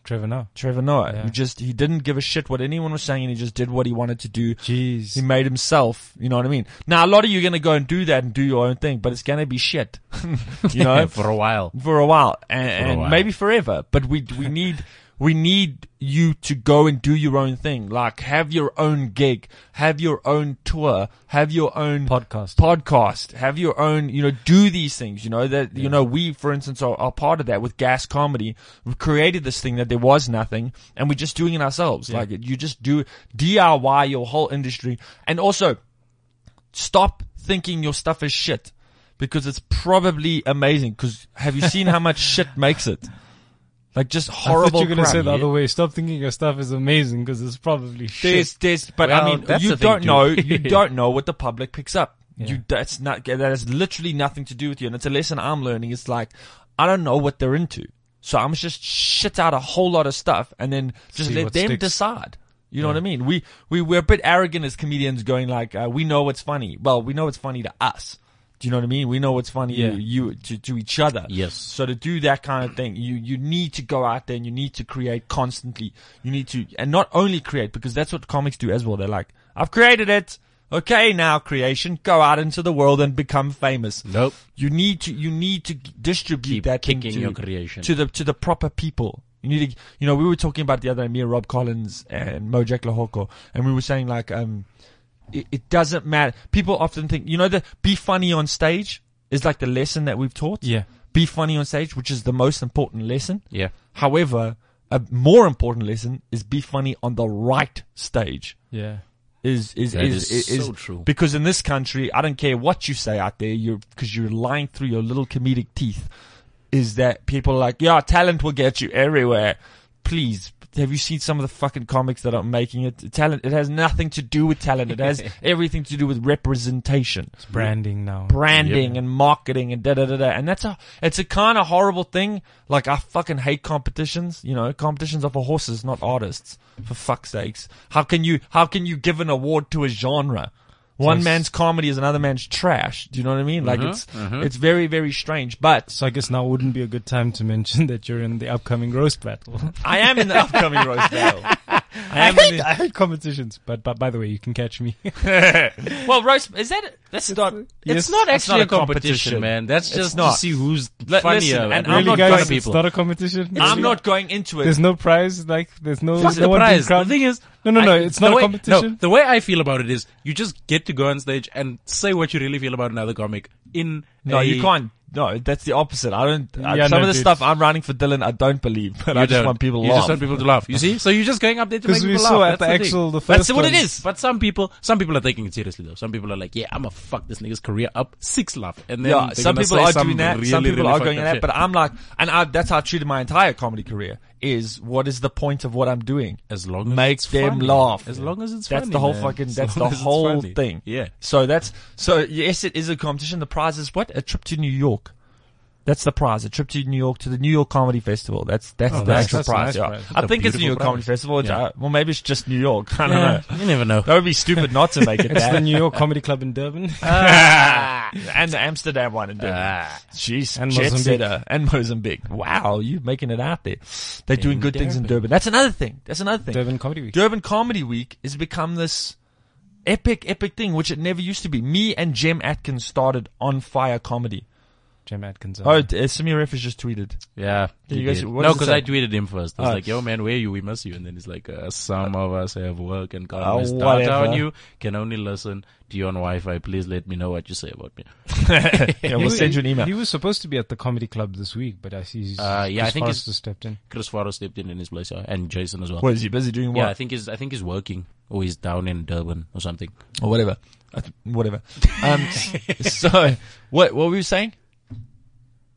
S4: Trevor now.
S2: Trevor Noah,
S4: Yeah.
S2: who just he didn't give a shit what anyone was saying, and he just did what he wanted to do.
S4: Jeez.
S2: He made himself. You know what I mean? Now a lot of you are gonna go and do that and do your own thing, but it's gonna be shit. [LAUGHS] you know,
S3: for a while.
S2: for a while and,
S3: a
S2: and
S3: while.
S2: maybe forever. But we we need we need you to go and do your own thing. Like have your own gig, have your own tour, have your own
S4: Podcast.
S2: podcast, have your own. You know, do these things. You know that you know we, for instance, are, are part of that with Gas Comedy. We created this thing that there was nothing, and we're just doing it ourselves. Like you just do DIY your whole industry, and also stop thinking your stuff is shit because it's probably amazing. Because have you seen how much shit makes it? Like just
S4: I
S2: horrible
S4: thought you were going to
S2: crap.
S4: say the other way. Stop thinking your stuff is amazing because it's probably shit.
S2: There's, there's, but I
S3: Well,
S2: mean,
S3: that's
S2: you
S3: the thing,
S2: don't
S3: dude.
S2: know, you don't know what the public picks up. You, that's not, that has literally nothing to do with you. And it's a lesson I'm learning. It's like, I don't know what they're into. So I'm just shit out a whole lot of stuff and then just
S4: See
S2: let
S4: what
S2: them
S4: sticks.
S2: decide. You know what I mean? We, we, we're a bit arrogant as comedians going like, uh, we know what's funny. Well, we know what's funny to us. Do you know what I mean? We know what's funny
S4: Yeah.
S2: to you to, to each other.
S3: Yes.
S2: So to do that kind of thing, you you need to go out there and you need to create constantly. You need to and not only create because that's what comics do as well. They're like, I've created it. Okay, now creation, go out into the world and become famous.
S3: Nope.
S2: You need to you need to distribute
S3: Keep
S2: that thing
S3: kicking
S2: to,
S3: your creation.
S2: to the to the proper people. You need to you know we were talking about the other day, me and Rob Collins and Mojack Lahoko, and we were saying like um it, it doesn't matter. People often think, you know, the be funny on stage is like the lesson that we've taught.
S4: Yeah.
S2: Be funny on stage, which is the most important lesson.
S3: Yeah.
S2: However, a more important lesson is be funny on the right stage.
S4: Yeah.
S2: Is is
S3: That
S2: is,
S3: is
S2: is,
S3: so true.
S2: Because in this country, I don't care what you say out there, you're because you're lying through your little comedic teeth. Is that people are like, yeah, talent will get you everywhere. Please, have you seen some of the fucking comics that are making it? Talent, it has nothing to do with talent.
S3: [LAUGHS]
S2: It has everything to do with representation
S4: Branding now.
S2: branding and marketing and da da da da. And that's a it's a kind of horrible thing. Like I fucking hate competitions. You know, competitions are for horses, not artists. For fuck's sakes, how can you how can you give an award to a genre? One
S4: Yes.
S2: man's comedy is another man's trash. Do you know what I mean? Like it's it's very very strange. But
S4: So I guess now wouldn't be a good time to mention [LAUGHS] that you're in the upcoming roast battle.
S2: I am in the upcoming roast battle. I am in the,
S4: I hate competitions, but, but by the way, you can catch me.
S2: well roast is that that's not
S3: It's not
S2: that's
S3: actually
S2: not
S3: a competition, man. That's
S2: It's
S3: just
S2: not.
S3: to see who's
S2: Li-
S3: funnier.
S2: listen, and
S3: really funny
S2: I'm not going
S4: guys,
S2: to
S4: it's
S3: people.
S4: not a competition.
S2: I'm not going into it.
S4: There's no prize. Like there's no.
S3: Fuck
S4: no
S3: the
S4: one being
S3: prize. The
S4: crowned.
S3: thing is,
S4: no, no, no.
S3: I-
S4: it's
S3: the
S4: not
S3: way-
S4: a competition.
S3: No, the way I feel about it is, you just get to go on stage and say what you really feel about another comic. In
S2: No,
S3: a-
S2: you can't. No, that's the opposite. I don't. I-
S4: Yeah,
S2: some
S4: no,
S2: of the
S4: dude.
S2: stuff I'm running for Dylan, I don't believe, but
S3: You
S2: I just
S3: don't.
S2: want people
S3: You
S2: laugh.
S3: just want people to laugh. You see, so you're just going up there to make
S4: Because we
S3: people
S4: saw
S3: laugh.
S4: at the
S3: That's
S4: actual the
S3: thing.
S4: first.
S2: That's what it
S4: one.
S2: is.
S3: But some people, some people are taking it seriously though. Some people are like, "Yeah, I'm gonna fuck this nigga's career up six laugh," and then
S2: yeah,
S3: they're
S2: some
S3: gonna
S2: people
S3: say
S2: are
S3: some
S2: doing that.
S3: Really,
S2: some people
S3: really
S2: are
S3: fucked
S2: going
S3: up
S2: that.
S3: shit.
S2: But I'm like, and I, that's how I treated my entire comedy career. Is what is the point of what I'm doing?
S3: as long as
S2: Make
S3: it's
S2: them
S3: funny.
S2: laugh.
S3: As long as it's
S2: that's
S3: funny,
S2: the whole
S3: man.
S2: fucking.
S3: As
S2: That's
S3: long
S2: the
S3: as it's
S2: whole
S3: funny.
S2: thing.
S3: Yeah.
S2: So that's so. Yes, it is a competition. The prize is what? A trip to New York. That's the prize. A trip to New York to the New York Comedy Festival. That's that's the
S4: nice.
S2: actual
S4: That's a
S2: prize.
S4: nice
S2: yeah.
S4: prize.
S2: I
S3: Oh, a
S2: think it's New
S3: beautiful
S2: York
S3: prize.
S2: Comedy Festival. It's,
S3: Yeah.
S2: uh, well, maybe it's just New
S3: [LAUGHS]
S2: York. I don't know.
S3: Yeah, you never know.
S2: That would be stupid not to
S3: [LAUGHS]
S2: make it
S4: It's the
S2: that. [LAUGHS]
S4: New York Comedy Club in Durban.
S2: and the Amsterdam one and doing
S3: Ah.
S2: Jeez,
S4: And
S2: jet
S4: Mozambique.
S2: setter and Mozambique. Wow, you're making it out there. They're doing good things in [LAUGHS] Durban. That's another thing. That's another thing.
S4: Durban Comedy Week.
S2: Durban Comedy Week has become this epic, epic thing, which it never used to be. Me and Jem Atkins started on fire comedy.
S4: Jim Atkins.
S2: Oh, uh, Samir Ref has just tweeted.
S3: Yeah.
S2: Did you
S3: he
S2: guys-
S3: did.
S2: what
S3: no,
S2: does it
S3: because
S2: say?
S3: I tweeted him first. I was
S2: Oh.
S3: like, yo, man, where are you? We miss you. And then he's like, uh, some of us have work and can't
S2: Oh,
S3: miss data on
S2: whatever.
S3: you, can only listen to you on Wi Fi. Please let me know what you say about me.
S2: Yeah, we'll
S4: He-
S2: send you an
S4: He
S2: email.
S4: was supposed to be at the comedy club this week, but I see he's,
S3: Uh, yeah, I
S4: Chris
S3: think
S4: Forrester
S3: he's-
S4: stepped in.
S3: Chris Faro stepped in in his place, yeah, and Jason as well.
S2: What is he busy doing?
S3: yeah, I
S2: What
S3: think he's I think he's working or he's down in Durban or something.
S2: or whatever, I th- whatever.
S3: [LAUGHS]
S2: Um, so what? What were you saying?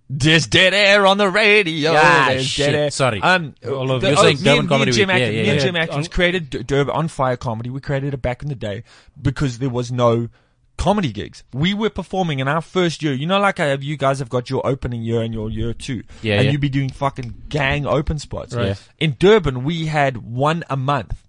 S2: There's dead air on the radio.
S3: Yeah,
S2: There's
S3: Ah, shit,
S2: dead air.
S3: sorry.
S2: Um,
S3: All over.
S2: the-
S3: You're
S2: oh,
S3: saying
S2: me
S3: Durban
S2: and-
S3: Comedy
S2: Me and Jim
S3: Week. Yeah,
S2: Atkins,
S3: yeah,
S2: me and
S3: yeah.
S2: Jim Atkins created D- Durban on fire comedy. We created it back in the day because there was no comedy gigs. We were performing in our first year. You know, like I have, you guys have got your opening year and your year two.
S3: Yeah,
S2: And
S3: yeah.
S2: you'd be doing fucking gang open spots.
S3: Right. Yeah.
S2: In Durban, we had one a month.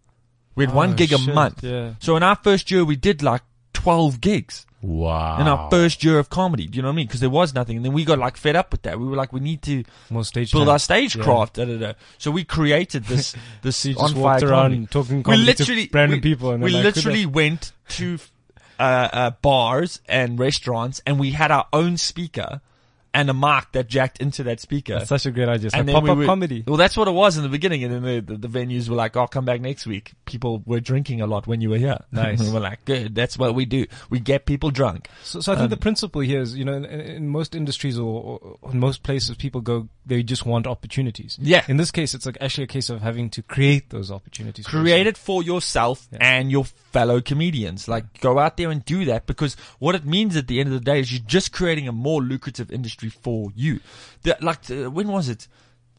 S2: We had one
S4: Oh,
S2: gig a
S4: shit,
S2: month.
S4: yeah.
S2: So in our first year, we did like 12 gigs
S3: Wow.
S2: in
S4: Oh.
S2: our first year of comedy. Do you know what I mean? Because there was nothing. And then we got like fed up with that. We were like, we need to
S4: More stage
S2: build
S4: time.
S2: our stagecraft. Da, da, da. So we created this,
S4: [LAUGHS]
S2: this
S4: So you
S2: on
S4: just
S2: fire
S4: walked around
S2: comedy.
S4: talking
S2: We
S4: comedy
S2: literally,
S4: to random
S2: we,
S4: people. And
S2: we
S4: they're like, who the-
S2: literally went to, uh, uh, bars and restaurants and we had our own speaker and a mic that jacked into that speaker.
S4: That's such a great idea. It's
S2: And
S4: like
S2: then we
S4: pop-up
S2: were-
S4: comedy.
S2: Well, that's what it was in the beginning, and then the, the, the venues were like, "Oh, come back next week." People were drinking a lot when you were here.
S4: Nice.
S2: we [LAUGHS] were like, "Good, that's what we do. We get people drunk."
S4: So, so I think the principle here is, you know, in, in most industries or, or- or in most places, people go, they just want opportunities.
S2: Yeah.
S4: In this case, it's like actually a case of having to create those opportunities. for
S2: Create
S4: yourself.
S2: it for yourself and your fellow comedians. Like, go out there and do that because what it means at the end of the day is you're just creating a more lucrative industry for you. The, like, uh, when was it?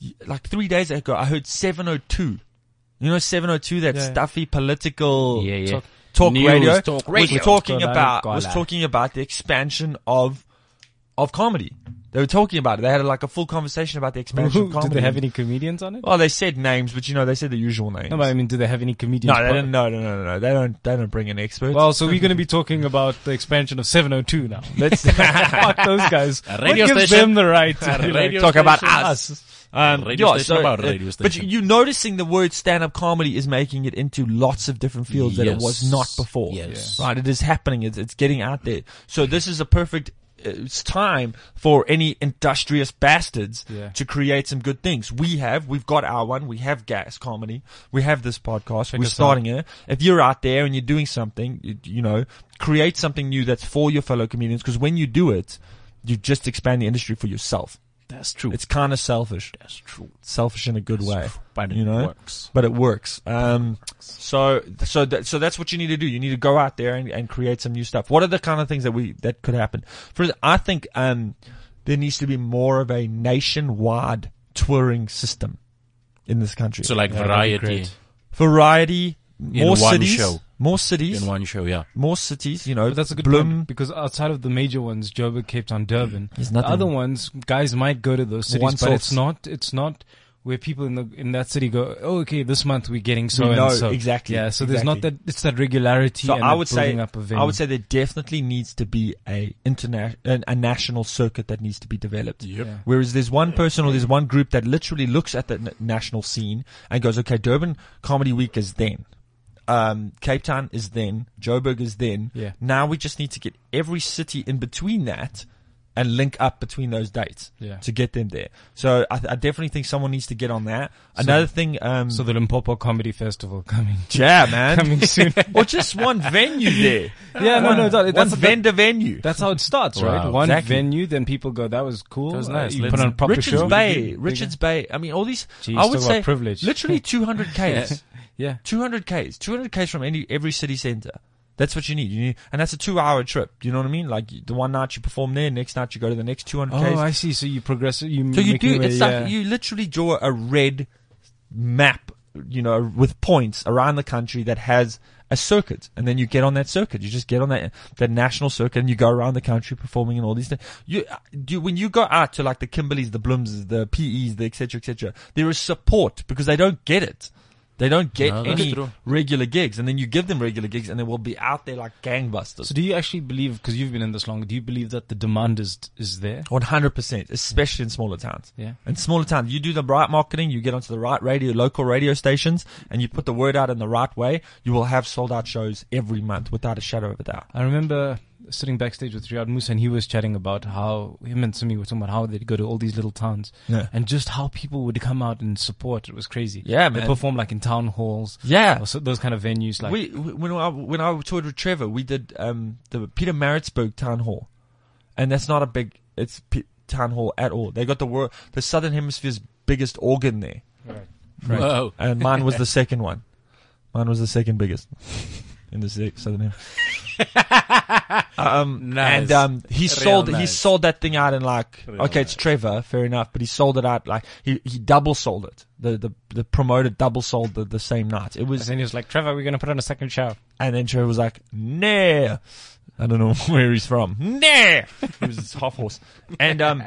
S2: Y- Like three days ago, I heard 702. You know 702, that
S4: Yeah, yeah.
S2: stuffy political
S3: Yeah, yeah.
S2: talk, talk
S3: News
S2: radio,
S3: talk
S2: was
S3: radio.
S2: talking
S4: Gala,
S2: about was
S4: gala.
S2: talking about the expansion of of comedy. They were talking about it. They had like a full conversation about the expansion of
S4: Who,
S2: comedy.
S4: [LAUGHS] did they have any comedians on it?
S2: Well, they said names, but you know they said the usual names.
S4: no, but I mean, do they have any comedians?
S2: No, they
S4: part-
S2: don't. No, no, no, no, no. They don't. They don't bring in experts.
S4: Well, so we're going to be talking about the expansion of 702 now. [LAUGHS]
S2: let's
S4: Fuck those guys.
S3: A radio
S4: what gives
S3: station.
S4: them the right to
S3: A
S4: be
S3: [LAUGHS]
S4: like,
S3: radio
S2: [LAUGHS] talk about
S3: station.
S2: us. Um,
S3: Radio
S2: yeah,
S3: station
S2: so,
S3: about
S2: uh,
S3: radio
S2: But
S3: station.
S2: you noticing the word stand-up comedy is making it into lots of different fields that it was
S3: Yes.
S2: not before.
S3: Yes.
S2: Right. It is happening. It's, it's getting out there. So this is a perfect uh, it's time for any industrious bastards
S4: Yeah.
S2: to create some good things. We have, we've got our one. We have gas comedy. We have this podcast. We're
S4: us out.
S2: starting it. If you're out there and you're doing something, you, you know, create something new that's for your fellow comedians. Cause when you do it, you just expand the industry for yourself.
S3: That's true.
S2: It's kind of selfish
S3: that's true.
S2: selfish in a good way.
S3: true, but it
S2: you know?
S3: works.
S2: But it works. Um, so so that, so that's what you need to do. You need to go out there and, and create some new stuff. What are the kind of things that we that could happen? For I think um, there needs to be more of a nationwide touring system in this country.
S3: So like
S4: that'd be
S3: variety
S4: great.
S2: variety, more
S3: one
S2: cities,
S3: show.
S2: more cities,
S3: in one show, yeah.
S2: more cities. You know,
S4: But that's a good
S2: Bloem,
S4: point because outside of the major ones, Joburg, Cape Town, Durban,
S2: There's
S4: the
S2: nothing.
S4: other ones, guys might go to those cities,
S2: One
S4: but
S2: source.
S4: it's not. It's not where people in the in that city go. Oh, okay, this month we're getting so
S2: We know,
S4: and so.
S2: exactly,
S4: Yeah. So there's not that.
S2: exactly.
S4: It's that regularity.
S2: So
S4: and
S2: I
S4: that
S2: would say,
S4: building up a venue.
S2: I would say there definitely needs to be a international, a national circuit that needs to be developed.
S4: Yeah.
S2: Whereas there's one person or there's one group that literally looks at the n- national scene and goes, okay, Durban Comedy Week is then. Um, Cape Town is then. Joburg is then.
S4: Yeah.
S2: Now we just need to get every city in between that and link up between those dates
S4: Yeah.
S2: to get them there. So I, th- I definitely think someone needs to get on that. Another thing, um,
S4: So the Limpopo Comedy Festival coming
S2: yeah, man. [LAUGHS]
S4: [LAUGHS] coming soon.
S2: or just one venue
S4: [LAUGHS]
S2: there.
S4: yeah. No. No. That,
S2: One
S4: that's that-
S2: vendor venue.
S4: that's how it starts, right?
S3: Wow.
S4: One
S2: Exactly.
S4: venue, then people go, "That was cool."
S3: was
S4: Uh,
S3: nice.
S4: You
S3: Let's-
S4: put on a proper
S2: Richards
S4: show.
S2: Bay, Richards Bay. I mean, all these.
S4: Geez,
S2: I would
S4: talk
S2: say
S4: about privilege. [LAUGHS]
S2: literally 200 k's,
S4: Yeah.
S2: 200 k's, 200 k's from any every city center. That's what you need. You need, and that's a two-hour trip. You know what I mean? Like the one night you perform there, next night you go to the next 200
S4: Oh,
S2: k's.
S4: I see. So you progress. You
S2: so you
S4: make your
S2: do.
S4: way-
S2: It's
S4: yeah.
S2: like you literally draw a red map, you know, with points around the country that has a circuit, and then you get on that circuit. You just get on that that national circuit, and you go around the country performing and all these things. You do when you go out to like the Kimberleys, the Blooms, the PEs, the etc. etc. There is support because they don't get it. They don't get
S3: No, that's
S2: any
S3: true.
S2: regular gigs, and then you give them regular gigs, and they will be out there like gangbusters.
S4: So do you actually believe, because you've been in this long, do you believe that the demand is is there?
S2: One hundred percent, especially in smaller towns.
S4: Yeah.
S2: in smaller towns, you do the right marketing, you get onto the right radio, local radio stations, and you put the word out in the right way. You will have sold out shows every month without a shadow of a doubt.
S4: I remember sitting backstage with Riyad Musa and he was chatting about how him and Simi were talking about how they'd go to all these little towns
S2: Yeah.
S4: and just how people would come out and support. It was crazy.
S2: Yeah,
S4: They
S2: man.
S4: perform like in town halls.
S2: Yeah.
S4: Or so, those kind of venues. Like,
S2: we we- when I when I toured with Trevor, we did um the Peter Maritzburg town hall, and that's not a big it's P- town hall at all. They got the wor- the Southern Hemisphere's biggest organ there,
S4: Right.
S3: Whoa.
S2: and mine was the second one. Mine was the second biggest in the se- Southern Hemisphere.
S3: [LAUGHS]
S2: um,
S3: Nice.
S2: And um, he
S3: Real
S2: sold he
S3: nice.
S2: sold that thing out in like
S3: Real
S2: okay, it's Trevor, fair enough, but he sold it out like he, he double sold it. The the the promoter double sold the, the same night. It was
S4: and then he was like, Trevor, we're going to put on a second show.
S2: and then Trevor was like, nah. I don't know [LAUGHS] where he's from. Nah. He was half horse. And, um,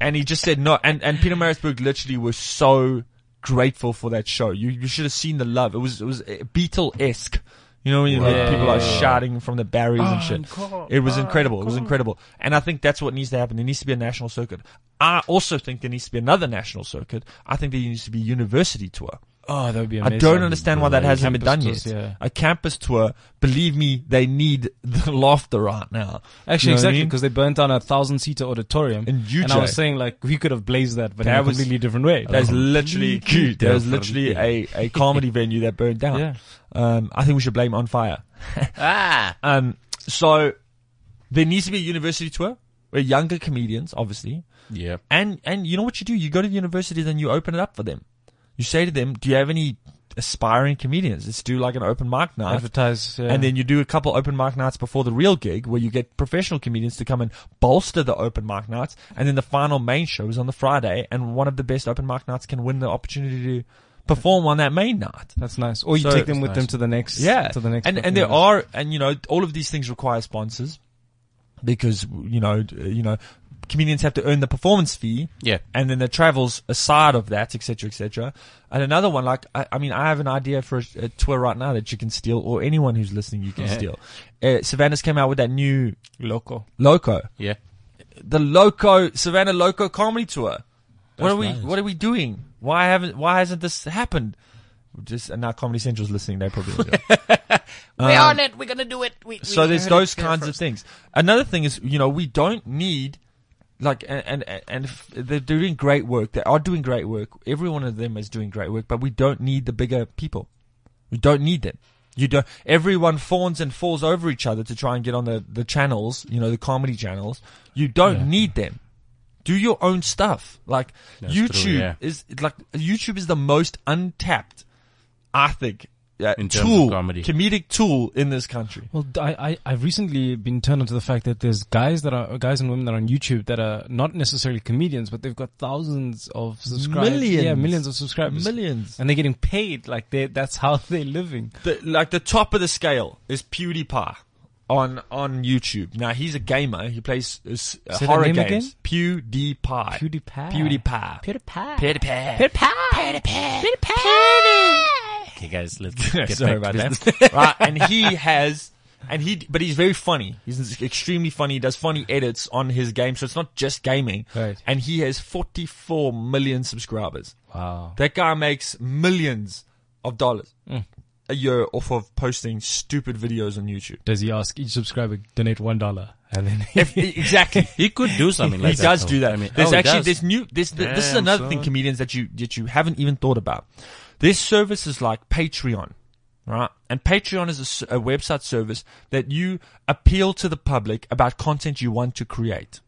S2: and he just said no. And, and Peter Marisburg literally was so grateful for that show. You, you should have seen the love. It was, it was Beatle-esque. You know, when you, like, people are shouting from the barriers and shit. It was incredible. It was incredible. And I think that's what needs to happen. There needs to be a national circuit. I also think there needs to be another national circuit. I think there needs to be university tour.
S4: Oh, that would be
S2: I
S4: amazing.
S2: don't understand why that hasn't been done
S4: Campus tours,
S2: yet.
S4: yeah.
S2: A campus tour, believe me, they need the [LAUGHS] laughter right now. You know what
S4: Actually,
S2: I
S4: exactly,
S2: mean?
S4: because they burnt down a thousand seater auditorium.
S2: In
S4: and I
S2: UJ.
S4: was saying, like, we could have blazed that, but
S2: That
S4: in a
S2: was-
S4: completely different way. Uh-huh.
S2: There's
S4: [LAUGHS]
S2: literally there's
S3: Completely
S2: literally a, a comedy venue that burned down.
S4: Yeah.
S2: Um, I think we should blame on fire. ah. Um, so there needs to be a university tour where younger comedians, obviously,
S3: Yeah.
S2: and and you know what you do? You go to the universities and you open it up for them. You say to them, "Do you have any aspiring comedians? Let's do like an open mic night."
S4: advertise. yeah.
S2: And then you do a couple open mic nights before the real gig where you get professional comedians to come and bolster the open mic nights. And then the final main show is on the Friday and one of the best open mic nights can win the opportunity to perform on that main night.
S4: That's nice. Or you
S2: So-
S4: take them
S3: That's
S4: with them
S3: nice.
S4: to the next.
S2: Yeah.
S4: To the next.
S2: and,
S4: fucking
S2: and there
S4: event.
S2: are, and you know, all of these things require sponsors because, you know, d- you know, comedians have to earn the performance fee
S3: Yeah.
S2: and then the travels aside of that, etc., etc. And another one, like I, I mean, I have an idea for a, a tour right now that you can steal, or anyone who's listening, you can steal. Uh, Savannah's came out with that new
S4: local.
S2: Loco,
S3: Yeah.
S2: the Loco Savannah Loco Comedy Tour. what
S3: That's
S2: are we?
S3: nice.
S2: What are we doing? Why haven't? Why hasn't this happened? Just and now Comedy Central's listening.
S3: [LAUGHS]
S2: They probably. Don't.
S6: We're on it. We're gonna do it. We, we
S2: Um, so there's
S6: heard it
S2: those
S6: here
S2: kinds of
S6: first.
S2: things. Another thing is, you know, we don't need like and and, and if they're doing great work. They are doing great work. Every one of them is doing great work, but we don't need the bigger people. We don't need them. You don't. Everyone fawns and falls over each other to try and get on the the channels. You know, the comedy channels. You don't need them. Do your own stuff. Like
S3: true,
S2: YouTube
S3: yeah.
S2: is like YouTube is the most untapped, I think, uh,
S3: In terms of
S2: tool
S3: comedy.
S2: comedic tool in this country.
S4: Well, d- I, I, have recently been turned onto the fact that there's guys that are guys and women that are on YouTube that are not necessarily comedians, but they've got thousands of subscribers.
S2: Millions.
S4: Yeah, millions of subscribers.
S2: Millions.
S4: And they're getting paid like they that's how [LAUGHS] they're living.
S2: the, like the top of the scale is PewDiePie on on YouTube. Now he's a gamer. He plays uh, s- uh,
S4: Say that
S2: horror
S4: name
S2: games. PewDiePie.
S4: PewDiePie.
S2: PewDiePie.
S6: PewDiePie.
S2: PewDiePie.
S6: PewDiePie. PewDiePie.
S3: Okay, guys,
S2: [LAUGHS]
S3: let's get
S2: Sorry
S3: back
S2: about
S3: to business.
S2: that. right,
S4: [LAUGHS]
S2: and he has, and he, but he's very funny. He's extremely funny. He does funny edits on his game, so it's not just gaming.
S4: Right.
S2: And he has 44 million subscribers.
S4: Wow. Mm.
S2: That guy makes millions of dollars a year off of posting stupid videos on YouTube.
S4: Does he ask each subscriber donate one dollar and then
S2: [LAUGHS] If, e, exactly.
S3: [LAUGHS] He could do something like
S2: he
S3: that.
S2: does
S3: though.
S2: do that.
S3: I mean,
S2: there's
S3: oh, he
S2: actually
S3: does.
S2: there's new this th- this is
S3: Damn,
S2: another
S3: son.
S2: thing comedians that you that you haven't even thought about. There's services like Patreon, right? And Patreon is a s- a, website service that you appeal to the public about content you want to create,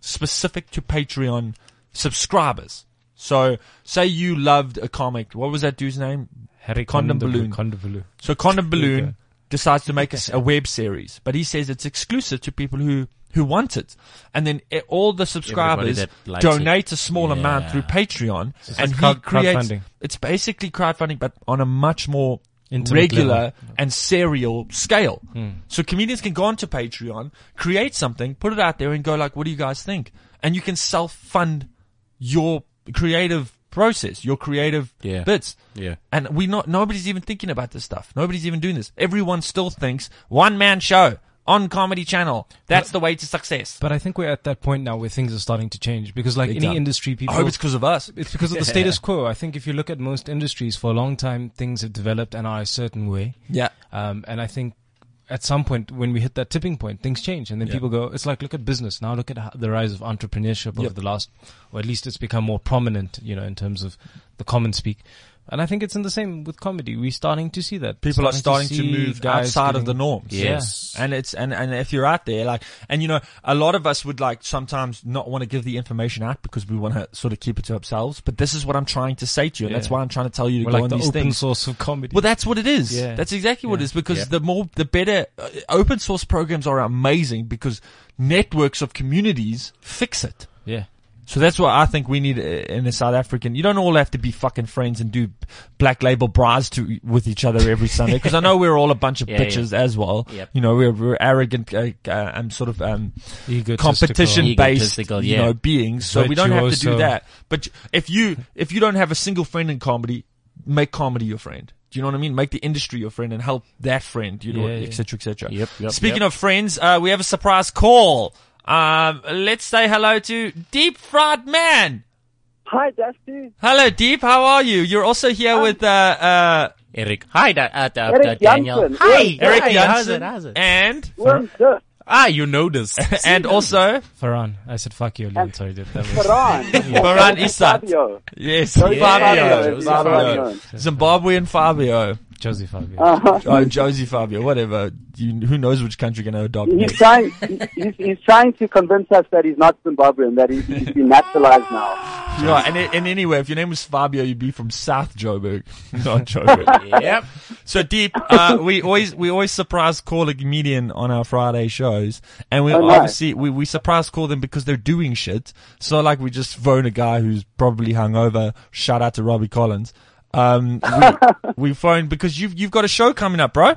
S2: specific to Patreon subscribers. So, say you loved a comic. What was that dude's name?
S4: Harry
S2: Condom balloon.
S4: Condom balloon.
S2: So Condor Balloon
S4: Okay.
S2: decides to make a, s- a web series, but he says it's exclusive to people who who want it, and then i all the subscribers
S3: that likes
S2: donate a small amount
S3: Yeah.
S2: through Patreon, and
S4: like
S2: he
S4: crowd-
S2: creates.
S4: crowdfunding.
S2: It's basically crowdfunding, but on a much more
S4: Intimate
S2: regular
S4: level. Hmm.
S2: and serial scale. So comedians can go onto Patreon, create something, put it out there, and go like, "What do you guys think?" And you can self fund your creative process, your creative
S3: Yeah.
S2: bits.
S3: Yeah.
S2: And we not nobody's even thinking about this stuff. Nobody's even doing this. Everyone still thinks one man show on Comedy Channel. That's the way to success.
S4: But I think we're at that point now where things are starting to change because, like any
S2: time.
S4: industry, people.
S2: I hope it's because of us.
S4: it's
S2: [LAUGHS]
S4: because of the status quo. I think if you look at most industries for a long time, things have developed and are a certain way.
S2: Yeah.
S4: Um, and I think at some point when we hit that tipping point, things change, and then people go, "It's like look at business now. Look at ho- the rise of entrepreneurship over the last, or at least it's become more prominent, you know, in terms of the common speak." And I think it's in the same with comedy. We're starting to see that
S2: people are starting to,
S4: see
S2: move
S4: guys
S2: outside of the
S4: getting-
S2: norms.
S3: Yes.
S2: And it's, and, and if you're out there, like, and you know, a lot of us would like sometimes not want to give the information out because we want to sort of keep it to ourselves. But this is what I'm trying to say to you. And that's why I'm trying to tell you to
S4: We're
S2: go
S4: like
S2: on
S4: the
S2: these
S4: open
S2: things.
S4: source of comedy.
S2: Well, that's what it is.
S4: Yeah.
S2: That's exactly what it is because
S3: Yeah.
S2: the more, the better uh, open source programs are amazing because networks of communities fix it.
S4: yeah.
S2: So that's what I think we need uh, in a South African. You don't all have to be fucking friends and do black label bras to with each
S3: [LAUGHS]
S2: other every Sunday. Because I know we're all a bunch of
S3: Yeah,
S2: bitches as well.
S3: Yep.
S2: You know, we're, we're arrogant uh, uh, and sort of um,
S4: Egotistical.
S2: competition based,
S3: Egotistical,
S2: you
S3: yeah.
S2: know, beings. So we don't have to do
S4: Virtuoso.
S2: that. But if you if you don't have a single friend in comedy, make comedy your friend. Do you know what I mean? Make the industry your friend and help that friend. You know,
S4: Yeah, yeah.
S2: etc. etc.
S3: Yep, yep,
S2: Speaking
S3: yep.
S2: of friends, uh, we have a surprise call. Um, let's say hello to Deep Fried Man.
S7: Hi, Dusty.
S2: Hello, Deep. How are you? You're also here
S3: Um,
S2: with uh, uh,
S3: [LAUGHS] Eric. Hi, da, uh, da, da,
S7: Eric
S3: Daniel.
S7: Jansen.
S3: Hi,
S2: Eric
S3: Hi,
S2: Jansen
S3: how's it, how's it?
S2: [LAUGHS] and
S7: [LAUGHS] Worm Duff,
S3: Ah, you know this.
S2: and also
S4: Farhan. I said, fuck you, Leon. Sorry, dude. That was-
S7: Quran.
S2: Quran Issa.
S7: Fabio.
S2: Yes,
S7: Fabio.
S2: Fabio,
S7: It's
S2: Fabio,
S7: Fabio.
S2: Zimbabwean Fabio,
S4: Josie Fabio.
S2: oh,
S7: Mm.
S2: Josie Fabio, whatever. You, who knows which country you're going to adopt?
S7: He's [LAUGHS]
S2: Next.
S7: trying, he's, he's trying to convince us that he's not Zimbabwean, that he's, he's been naturalized now.
S2: Yeah, and, and anyway, if your name was Fabio, you'd be from South Joburg, [LAUGHS] not Joburg.
S7: [LAUGHS]
S3: yep.
S2: So deep. Uh, we always we always surprise call a comedian on our Friday shows, and we
S7: Oh, nice.
S2: obviously we, we surprise call them because they're doing shit. So like we just phone a guy who's probably hungover. Shout out to Robbie Collins. Um,
S7: [LAUGHS]
S2: we, we phoned because you've you've got a show coming up, bro.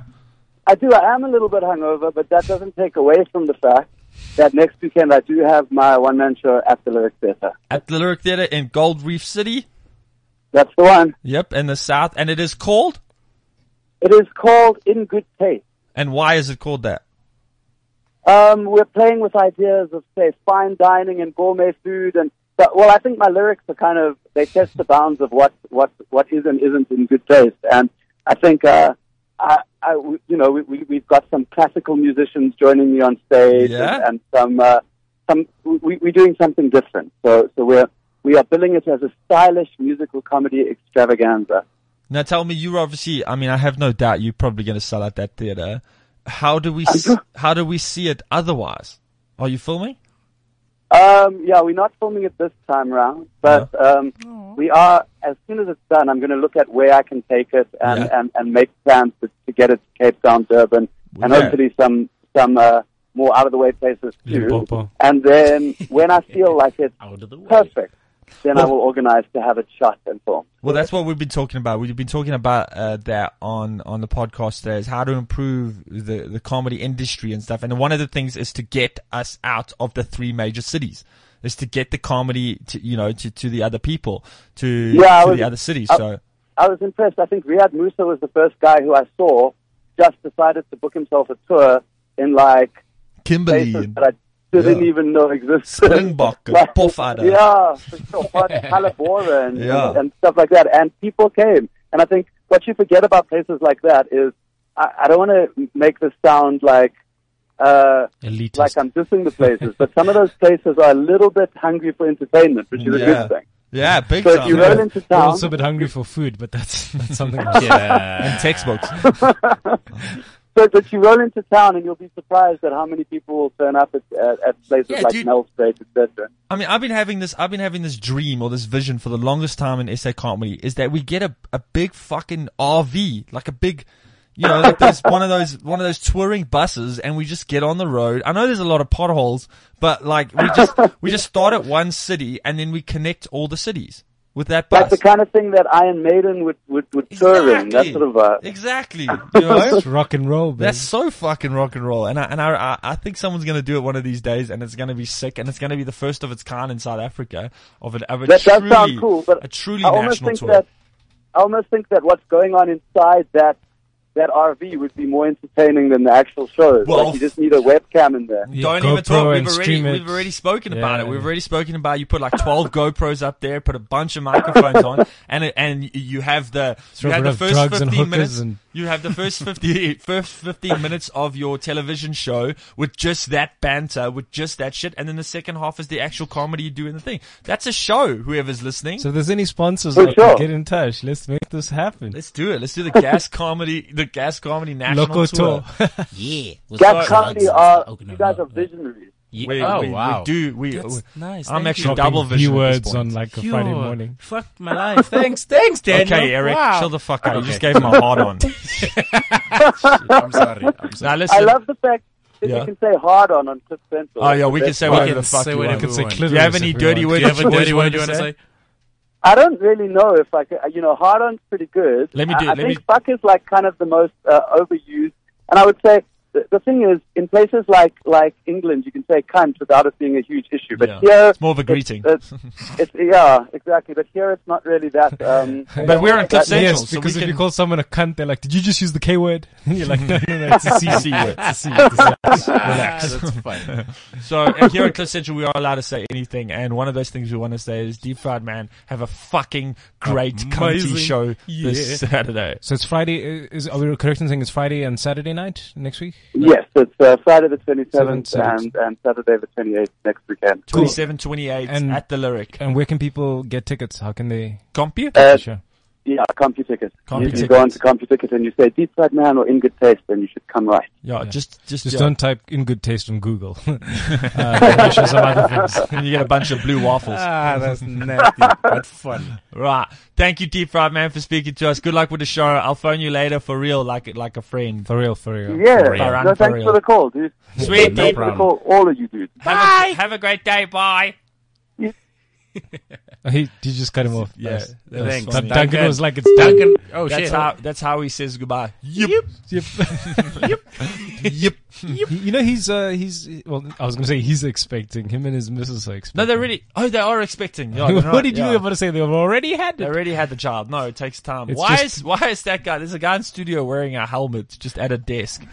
S7: I do, I am a little bit hungover, but that doesn't take away from the fact that next weekend I do have my one-man show at the Lyric Theatre.
S2: At the Lyric Theatre in Gold Reef City.
S7: That's the one.
S2: Yep, in the south, and it is called.
S7: It is called In Good Taste.
S2: And why is it called that?
S7: Um, we're playing with ideas of, say, fine dining and gourmet food and but, well, I think my lyrics are kind of they test the bounds of what what what is and isn't in good taste, and I think uh, I, I we- you know we, we we've got some classical musicians joining me on stage,
S2: Yeah.
S7: and, and some uh, some we, we're doing something different. So so we're we are billing it as a stylish musical comedy extravaganza.
S2: Now tell me, you're obviously. I mean, I have no doubt you're probably going to sell out that theatre. How do we
S7: [LAUGHS]
S2: s- how do we see it otherwise? Are you filming?
S7: Um, yeah, we're not filming it this time round, but um, we are. As soon as it's done, I'm going to look at where I can take it and,
S2: Yeah.
S7: and, and make plans to, to get it to Cape Town, Durban, and
S2: Yeah.
S7: hopefully some some uh, more out of the way places too.
S4: Limpopo.
S7: And then when I feel like it's
S3: Out of the way.
S7: perfect, then I will organise to have it shot and filmed.
S2: Well, that's what we've been talking about. We've been talking about uh, that on on the podcast today is how to improve the the comedy industry and stuff. And one of the things is to get us out of the three major cities. Is to get the comedy to you know to, to the other people to
S7: I
S2: to
S7: was-
S2: the other cities.
S7: I-
S2: so
S7: I was impressed. I think Riyad Musa was the first guy who I saw just decided to book himself a tour in like
S2: Kimberley,
S7: places that I didn't even know existed.
S2: Springbok and
S7: [LAUGHS] Like,
S2: Pofadder.
S7: Yeah, for sure.
S2: [LAUGHS]
S7: Hot Hellebore and,
S2: Yeah.
S7: and stuff like that. And people came. And I think what you forget about places like that is I, I don't want to make this sound like uh,
S4: Elitist.
S7: like I'm dissing the places,
S2: [LAUGHS]
S7: but some of those places are a little bit hungry for entertainment, which is a
S2: Yeah.
S7: good thing.
S2: yeah, big
S7: So if
S2: time.
S7: you roll into
S4: We're
S7: town,
S4: also a bit hungry for food, but that's, [LAUGHS] that's
S2: [LAUGHS]
S4: something else.
S3: Yeah.
S7: [LAUGHS]
S2: textbooks.
S7: so that you roll into town, and you'll be surprised at how many people will turn up at, at, at places
S2: Yeah,
S7: like
S2: dude.
S7: Mel Street, etc.
S2: I mean, I've been having this, I've been having this dream or this vision for the longest time in SA comedy is that we get a, a big fucking RV, like a big, you know, like those, one of those, one of those touring buses and we just get on the road. I know there's a lot of potholes, but like we just, we just start at one city and then we connect all the cities. with that
S7: Like
S2: bus.
S7: the kind of thing that Iron Maiden would, would, would tour in, that
S2: Exactly.
S7: sort of vibe. [LAUGHS]
S2: Exactly. You know?
S4: It's rock and roll, baby.
S2: That's so fucking rock and roll, and I and I I- I think someone's gonna do it one of these days, and it's gonna be sick, and it's gonna be the first of its kind in South Africa of an of a
S7: that
S2: truly
S7: does sound cool, but
S2: a truly
S7: I almost
S2: national
S7: think
S2: tour.
S7: that I almost think that what's going on inside that that RV would be more entertaining than the actual shows.
S2: Well,
S7: like you just need a webcam in there.
S4: Yeah,
S2: Don't even
S4: GoPro
S2: talk. We've
S4: and
S2: already,
S4: stream it.
S2: we've already spoken about
S4: Yeah.
S2: it. We've already spoken about you put like 12 [LAUGHS] GoPros up there, put a bunch of microphones on, and and you have the, you
S4: Sort
S2: have the
S4: of
S2: first
S4: drugs
S2: 15
S4: and hookers
S2: minutes.
S4: and-
S2: You have the first 50, [LAUGHS] first 15 minutes of your television show with just that banter, with just that shit, and then the second half is the actual comedy you do in the thing. That's a show, whoever's listening.
S4: So if there's any sponsors,
S7: For
S4: out
S7: sure.
S4: there, get in touch. Let's make this happen.
S2: Let's do it. Let's do the
S4: [LAUGHS]
S2: gas comedy, the gas comedy national
S4: Local
S2: tour.
S4: tour.
S3: [LAUGHS] Yeah.
S7: Gap Comedy are uh, you guys are visionaries.
S2: We,
S3: oh
S2: we- we
S3: wow.
S2: do. We,
S3: That's nice.
S2: I'm
S3: Thank
S2: actually
S3: you.
S4: [LAUGHS]
S2: double
S4: V
S2: vision. at this
S4: words
S2: point.
S4: on like a
S3: Yo,
S4: Friday morning.
S3: Fucked my life. Thanks, thanks, Daniel.
S2: Okay, Eric,
S3: Wow.
S2: chill the fuck out. You just gave him a hard [LAUGHS] on.
S3: I'm sorry. I'm [LAUGHS] sorry.
S2: now listen.
S7: I love the fact that
S2: Yeah.
S7: you can say hard on on Cliff Central.
S2: oh yeah, we can say
S3: Well,
S2: what the
S3: let's
S2: fuck
S3: say
S2: you
S3: whatever
S2: want.
S3: we
S4: It's a
S3: want.
S2: Do you have
S4: clitoris
S2: any
S4: if we
S2: dirty
S3: Do
S2: words?
S4: want. [LAUGHS]
S3: you have a
S2: Boys,
S3: dirty
S2: what
S3: word
S2: do
S3: you want to say?
S7: I don't really know if I could, you know, hard on's pretty good.
S2: Let me do-
S7: I, I
S2: let
S7: think
S2: me-
S7: fuck is like kind of the most uh, overused. And I would say the, the thing is, in places like like England, you can say cunt without it being a huge issue. But
S2: Yeah.
S7: here,
S2: It's more of a greeting. [LAUGHS]
S7: It's, it's, yeah, exactly. But here, it's not really that. Um,
S2: But we're on Cliff
S7: that-
S2: Central.
S4: yes,
S2: so we
S4: because if
S2: can-
S4: you call someone a cunt, they're like, "Did you just use the K word?" [LAUGHS] And you're like, "No, no, no, it's a
S2: [LAUGHS]
S4: C
S2: CC word.
S4: word. It's a C. It's a C.
S3: Ah, that's fine.
S2: So uh, here at Cliff Central, we are allowed to say anything, and one of those things we want to say is Deep Fried Man have a fucking great cunty
S3: Amazing.
S2: show
S3: Yeah.
S2: this Saturday.
S4: So it's Friday. uh, Is are we correct in saying it's Friday and Saturday night next week?
S7: Yes, it's uh, Friday the 27th
S4: Seventh,
S7: and, and Saturday the 28th next weekend.
S2: 27, 28
S4: And-
S2: at the Lyric.
S4: And where can people get tickets? How can they?
S2: Compu?
S7: Uh,
S4: Sure.
S7: yeah, CompuTicket.
S2: Compu
S7: you, you
S2: tickets.
S7: go onto CompuTicket and you say Deep Fried Man or In Good Taste, then you should come right.
S2: yeah, just just,
S4: Just
S2: yeah.
S4: don't type "in good taste" on Google. [LAUGHS]
S7: [LAUGHS]
S4: uh, they'll show some other things.
S2: And [LAUGHS] you get a bunch of blue waffles.
S3: [LAUGHS] Ah, [LAUGHS] that's nasty, but fun.
S2: Right. Thank you, Deep Fried Man, for speaking to us. Good luck with the show. I'll phone you later for real, like like a friend.
S4: For real, for real.
S7: Yeah,
S2: real.
S7: no, thanks
S2: For
S7: for the call, dude.
S2: Sweet,
S7: Thanks
S2: Deep.
S7: for the call, all of you dudes.
S2: Have a, have a great day. Bye.
S4: Oh, he, you just cut him off.
S2: Yeah,
S4: Nice. That was
S2: thanks.
S4: fun. Duncan,
S3: Duncan.
S4: was like, "It's Duncan."
S3: Duncan. Oh
S2: That's
S3: shit.
S2: how that's how he says goodbye. Yep. [LAUGHS] Yep. yep.
S4: He- You know, he's uh, he's well. I was gonna say he's expecting him and his missus are expecting.
S2: No, they're really. Oh, they are expecting. Yeah,
S4: [LAUGHS] what
S2: they're not-
S4: did
S2: yeah.
S4: you ever say? They've already had
S2: They
S4: it.
S2: already had the child. No, it takes time.
S4: It's
S2: why
S4: just-
S2: is why is that guy? There's a guy in studio wearing a helmet just at a desk.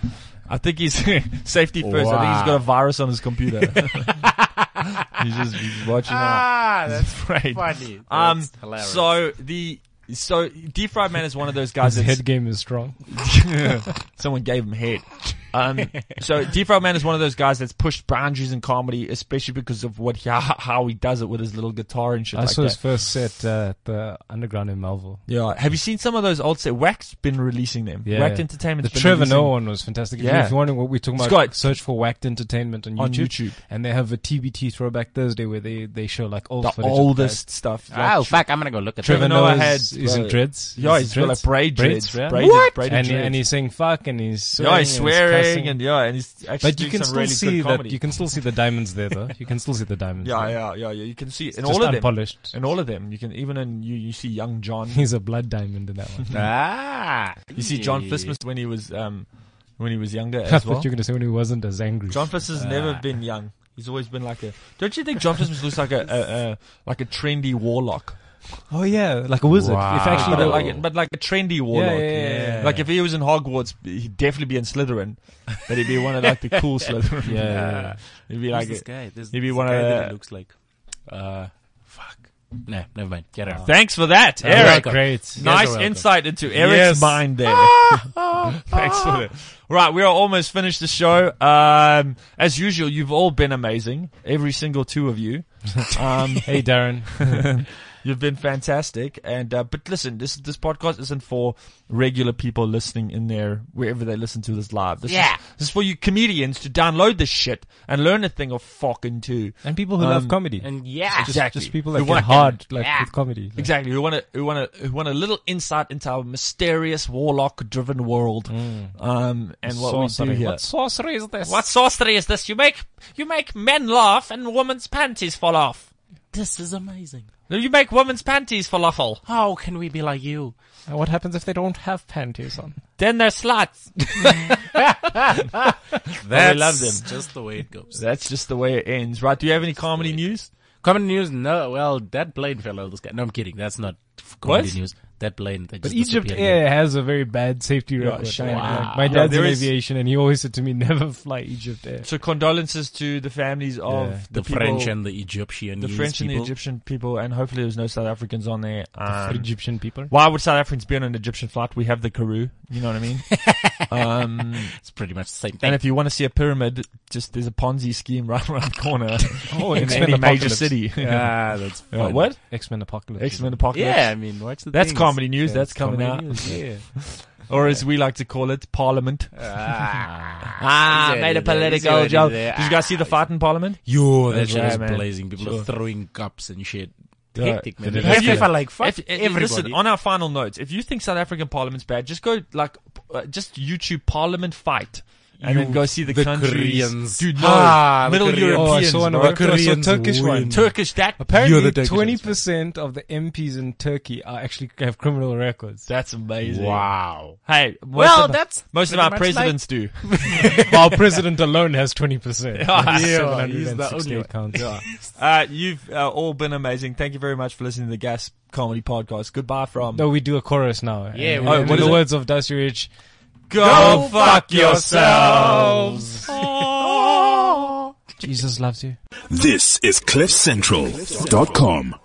S2: I think he's [LAUGHS] safety first. I think he's got a virus on his
S4: [LAUGHS]
S2: computer. he's [LAUGHS] just he's watching out.
S3: Ah, that's
S2: [LAUGHS] Right.
S3: funny.
S2: Um.
S3: That's hilarious.
S2: So the so Deep Fried Man is one of those guys.
S4: His
S2: that's [LAUGHS]
S4: head game is strong.
S2: Someone gave him
S4: [LAUGHS]
S2: head. Um, so Defro Man is one of those guys that's pushed boundaries in comedy, especially because of what he, [LAUGHS] how he does it with his little guitar and shit
S4: I
S2: like
S4: saw his
S2: that.
S4: first set uh, at the underground in Melville.
S2: Yeah. Have you seen some of those old set? Whack's been releasing them.
S4: Yeah.
S2: Whacked Entertainment's
S4: The
S2: been
S4: Trevor
S2: releasing-
S4: Noah one was fantastic. If you-
S2: Yeah.
S4: If you're wondering what we're talking about,
S2: Scott.
S4: search for Whacked Entertainment on YouTube.
S2: On YouTube.
S4: And they have a TBT Throwback Thursday where they, they show like old
S2: the
S4: footage of guys.
S2: oldest stuff. Like,
S3: Oh fuck! I'm gonna go look at
S4: Trevor
S2: Trevor
S3: that.
S4: Noah
S2: Noah
S4: has
S2: had,
S4: is in
S2: uh,
S4: dreads.
S2: yeah,
S4: Is
S2: he's
S4: it
S2: got like braid dreads.
S4: yeah.
S2: Braided, what? Braided
S4: and,
S2: dreads.
S4: and he's saying fuck and he's swearing
S2: yeah, he's swearing
S4: cussing.
S2: and yeah, and he's actually
S4: but you
S2: doing
S4: can
S2: some
S4: still
S2: really
S4: see
S2: good
S4: that
S2: comedy.
S4: you can still see the diamonds there though. You can still see the diamonds.
S2: yeah,
S4: there.
S2: yeah, yeah, yeah. You can see in
S4: Just
S2: all of them. [LAUGHS]
S4: unpolished.
S2: In all of them, you can even in you you see young
S4: [LAUGHS]
S2: John.
S4: He's a blood diamond in
S2: [LAUGHS]
S4: that one.
S3: Ah,
S2: You see John Fismus when he was um when he was younger
S4: I [LAUGHS]
S2: as well.
S4: thought you were gonna say when he wasn't as angry.
S2: John Fist has never been young. He's always been like a. Don't you think John Fist looks like a, a, a like a trendy warlock?
S4: oh yeah, like a wizard. If actually
S2: But
S4: the-
S2: like, but like a trendy warlock.
S4: yeah, yeah, yeah.
S2: Like if he was in Hogwarts, he'd definitely be in Slytherin, but he'd be one of like the cool Slytherin.
S4: [LAUGHS] yeah, yeah,
S2: he'd be
S3: Who's
S2: like.
S3: this
S2: A,
S3: guy? This,
S2: maybe
S3: this
S2: one
S3: guy
S2: of
S3: that
S2: the-
S3: he looks like. Uh, fuck. Nah, never mind. Get out.
S2: Thanks for that,
S4: yeah.
S2: Eric.
S4: great.
S2: Nice
S3: welcome.
S2: insight into Eric's
S4: Yes.
S2: mind there. [LAUGHS] Thanks for that. Right, we are almost finished the show. Um, as usual, you've all been amazing. Every single two of you. Um,
S4: Hey Darren,
S2: [LAUGHS] You've been fantastic, and uh, but listen, this this podcast isn't for regular people listening in there wherever they listen to this live. This
S6: Yeah.
S2: is, this is for you comedians to download this shit and learn a thing or fucking two.
S4: and people who love comedy.
S3: And yeah,
S4: just,
S2: Um, Exactly.
S4: just people
S2: Who
S4: that
S2: wanna
S4: get hard like
S6: yeah.
S4: with comedy. Like,
S2: Exactly, who want to who want to who want a little insight into our mysterious warlock driven world, um, and what we
S4: sorcery.
S2: do here.
S4: What sorcery is this?
S6: What sorcery is this? You make you make men laugh and women's panties fall off.
S3: This is amazing.
S2: You make women's panties falafel.
S3: How can we be like you?
S4: And what happens if they don't have panties on?
S2: Then they're sluts. [LAUGHS]
S3: That's
S2: love them.
S3: just the way it goes.
S2: That's just the way it ends, right? Do you have any comedy news?
S3: [LAUGHS] Common news? No. Well, that plane fell out of the sky. No, I'm kidding. That's not f-
S2: What?
S3: comedy news. That plane. That
S4: But
S3: just
S4: Egypt
S3: disappeared.
S4: Air has a very bad safety record.
S2: shame.
S4: Like,
S2: Wow.
S4: My
S2: Yeah,
S4: dad's
S2: there
S4: in
S2: is-
S4: aviation, and he always said to me, [LAUGHS] "Never fly Egypt Air."
S2: So condolences to the families of
S4: Yeah.
S2: the,
S3: The French
S2: people-
S3: and the Egyptian.
S2: the
S3: news
S2: French and the
S3: people.
S2: Egyptian people, and hopefully there's no South Africans on there.
S4: For
S2: Um,
S4: Egyptian people.
S2: why would South Africans be on an Egyptian flight? We have the Karoo, you know what I mean. um,
S3: It's pretty much the same thing. [LAUGHS]
S2: and if you want to see a pyramid, just there's a Ponzi scheme right around the corner
S4: [LAUGHS] Oh,
S2: in
S4: X-Men
S2: any major
S4: Apocalypse.
S2: city.
S3: ah, that's
S2: Uh,
S3: fun.
S2: [LAUGHS] what?
S4: X Men Apocalypse.
S2: X Men Apocalypse.
S3: Yeah, I mean, watch the.
S2: That's
S3: things.
S2: comedy news. that's coming
S4: Comedy
S2: out,
S4: news, Yeah.
S2: or as we like to call it, Parliament.
S3: Ah,
S2: [LAUGHS] Ah,
S3: He's
S2: made a
S3: already there. He's
S2: political
S3: already
S2: joke.
S3: there.
S2: Did you guys see the fight in Parliament?
S3: yo, that
S2: That's
S3: shit
S2: right,
S3: is
S2: man.
S3: blazing. People
S2: Sure.
S3: are throwing cups and shit.
S2: Yeah.
S3: Hectic, man.
S4: Did it
S3: Have
S4: actually-
S3: you ever, like fuck
S2: If, if-
S3: everybody?
S2: listen, on our final notes, if you think South African Parliament's bad, just go like, p- uh, just YouTube Parliament fight. And
S3: You-
S2: then go see the,
S3: the
S2: countries.
S3: Koreans.
S2: Dude, no.
S3: Ah, the
S2: Middle
S3: Koreans.
S4: Oh, I
S2: Europeans.
S4: saw one
S2: bro.
S4: about I saw
S3: Koreans
S4: Turkish
S3: win.
S4: one.
S2: Turkish, that.
S3: You're the
S4: Apparently,
S3: Turkish
S4: twenty percent of the MPs in Turkey are actually have
S2: [LAUGHS]
S4: criminal records.
S2: That's amazing.
S3: wow.
S2: Hey, most
S3: Well,
S2: of,
S3: that's
S2: most of
S3: pretty
S2: our
S3: much
S2: presidents do.
S4: Our president alone has twenty percent.
S2: [LAUGHS] Yeah, he's the
S3: only one.
S4: counts.
S2: [LAUGHS] Uh, you've uh, all been amazing. Thank you very much for listening to the Gas Comedy Podcast. Goodbye from.
S4: No, we do a chorus now.
S3: Yeah, we
S4: And- and
S2: do. What
S4: in
S2: is
S4: the
S2: it?
S4: words of Dusty Rich.
S2: Go fuck yourselves.
S1: This is CliffCentral.com.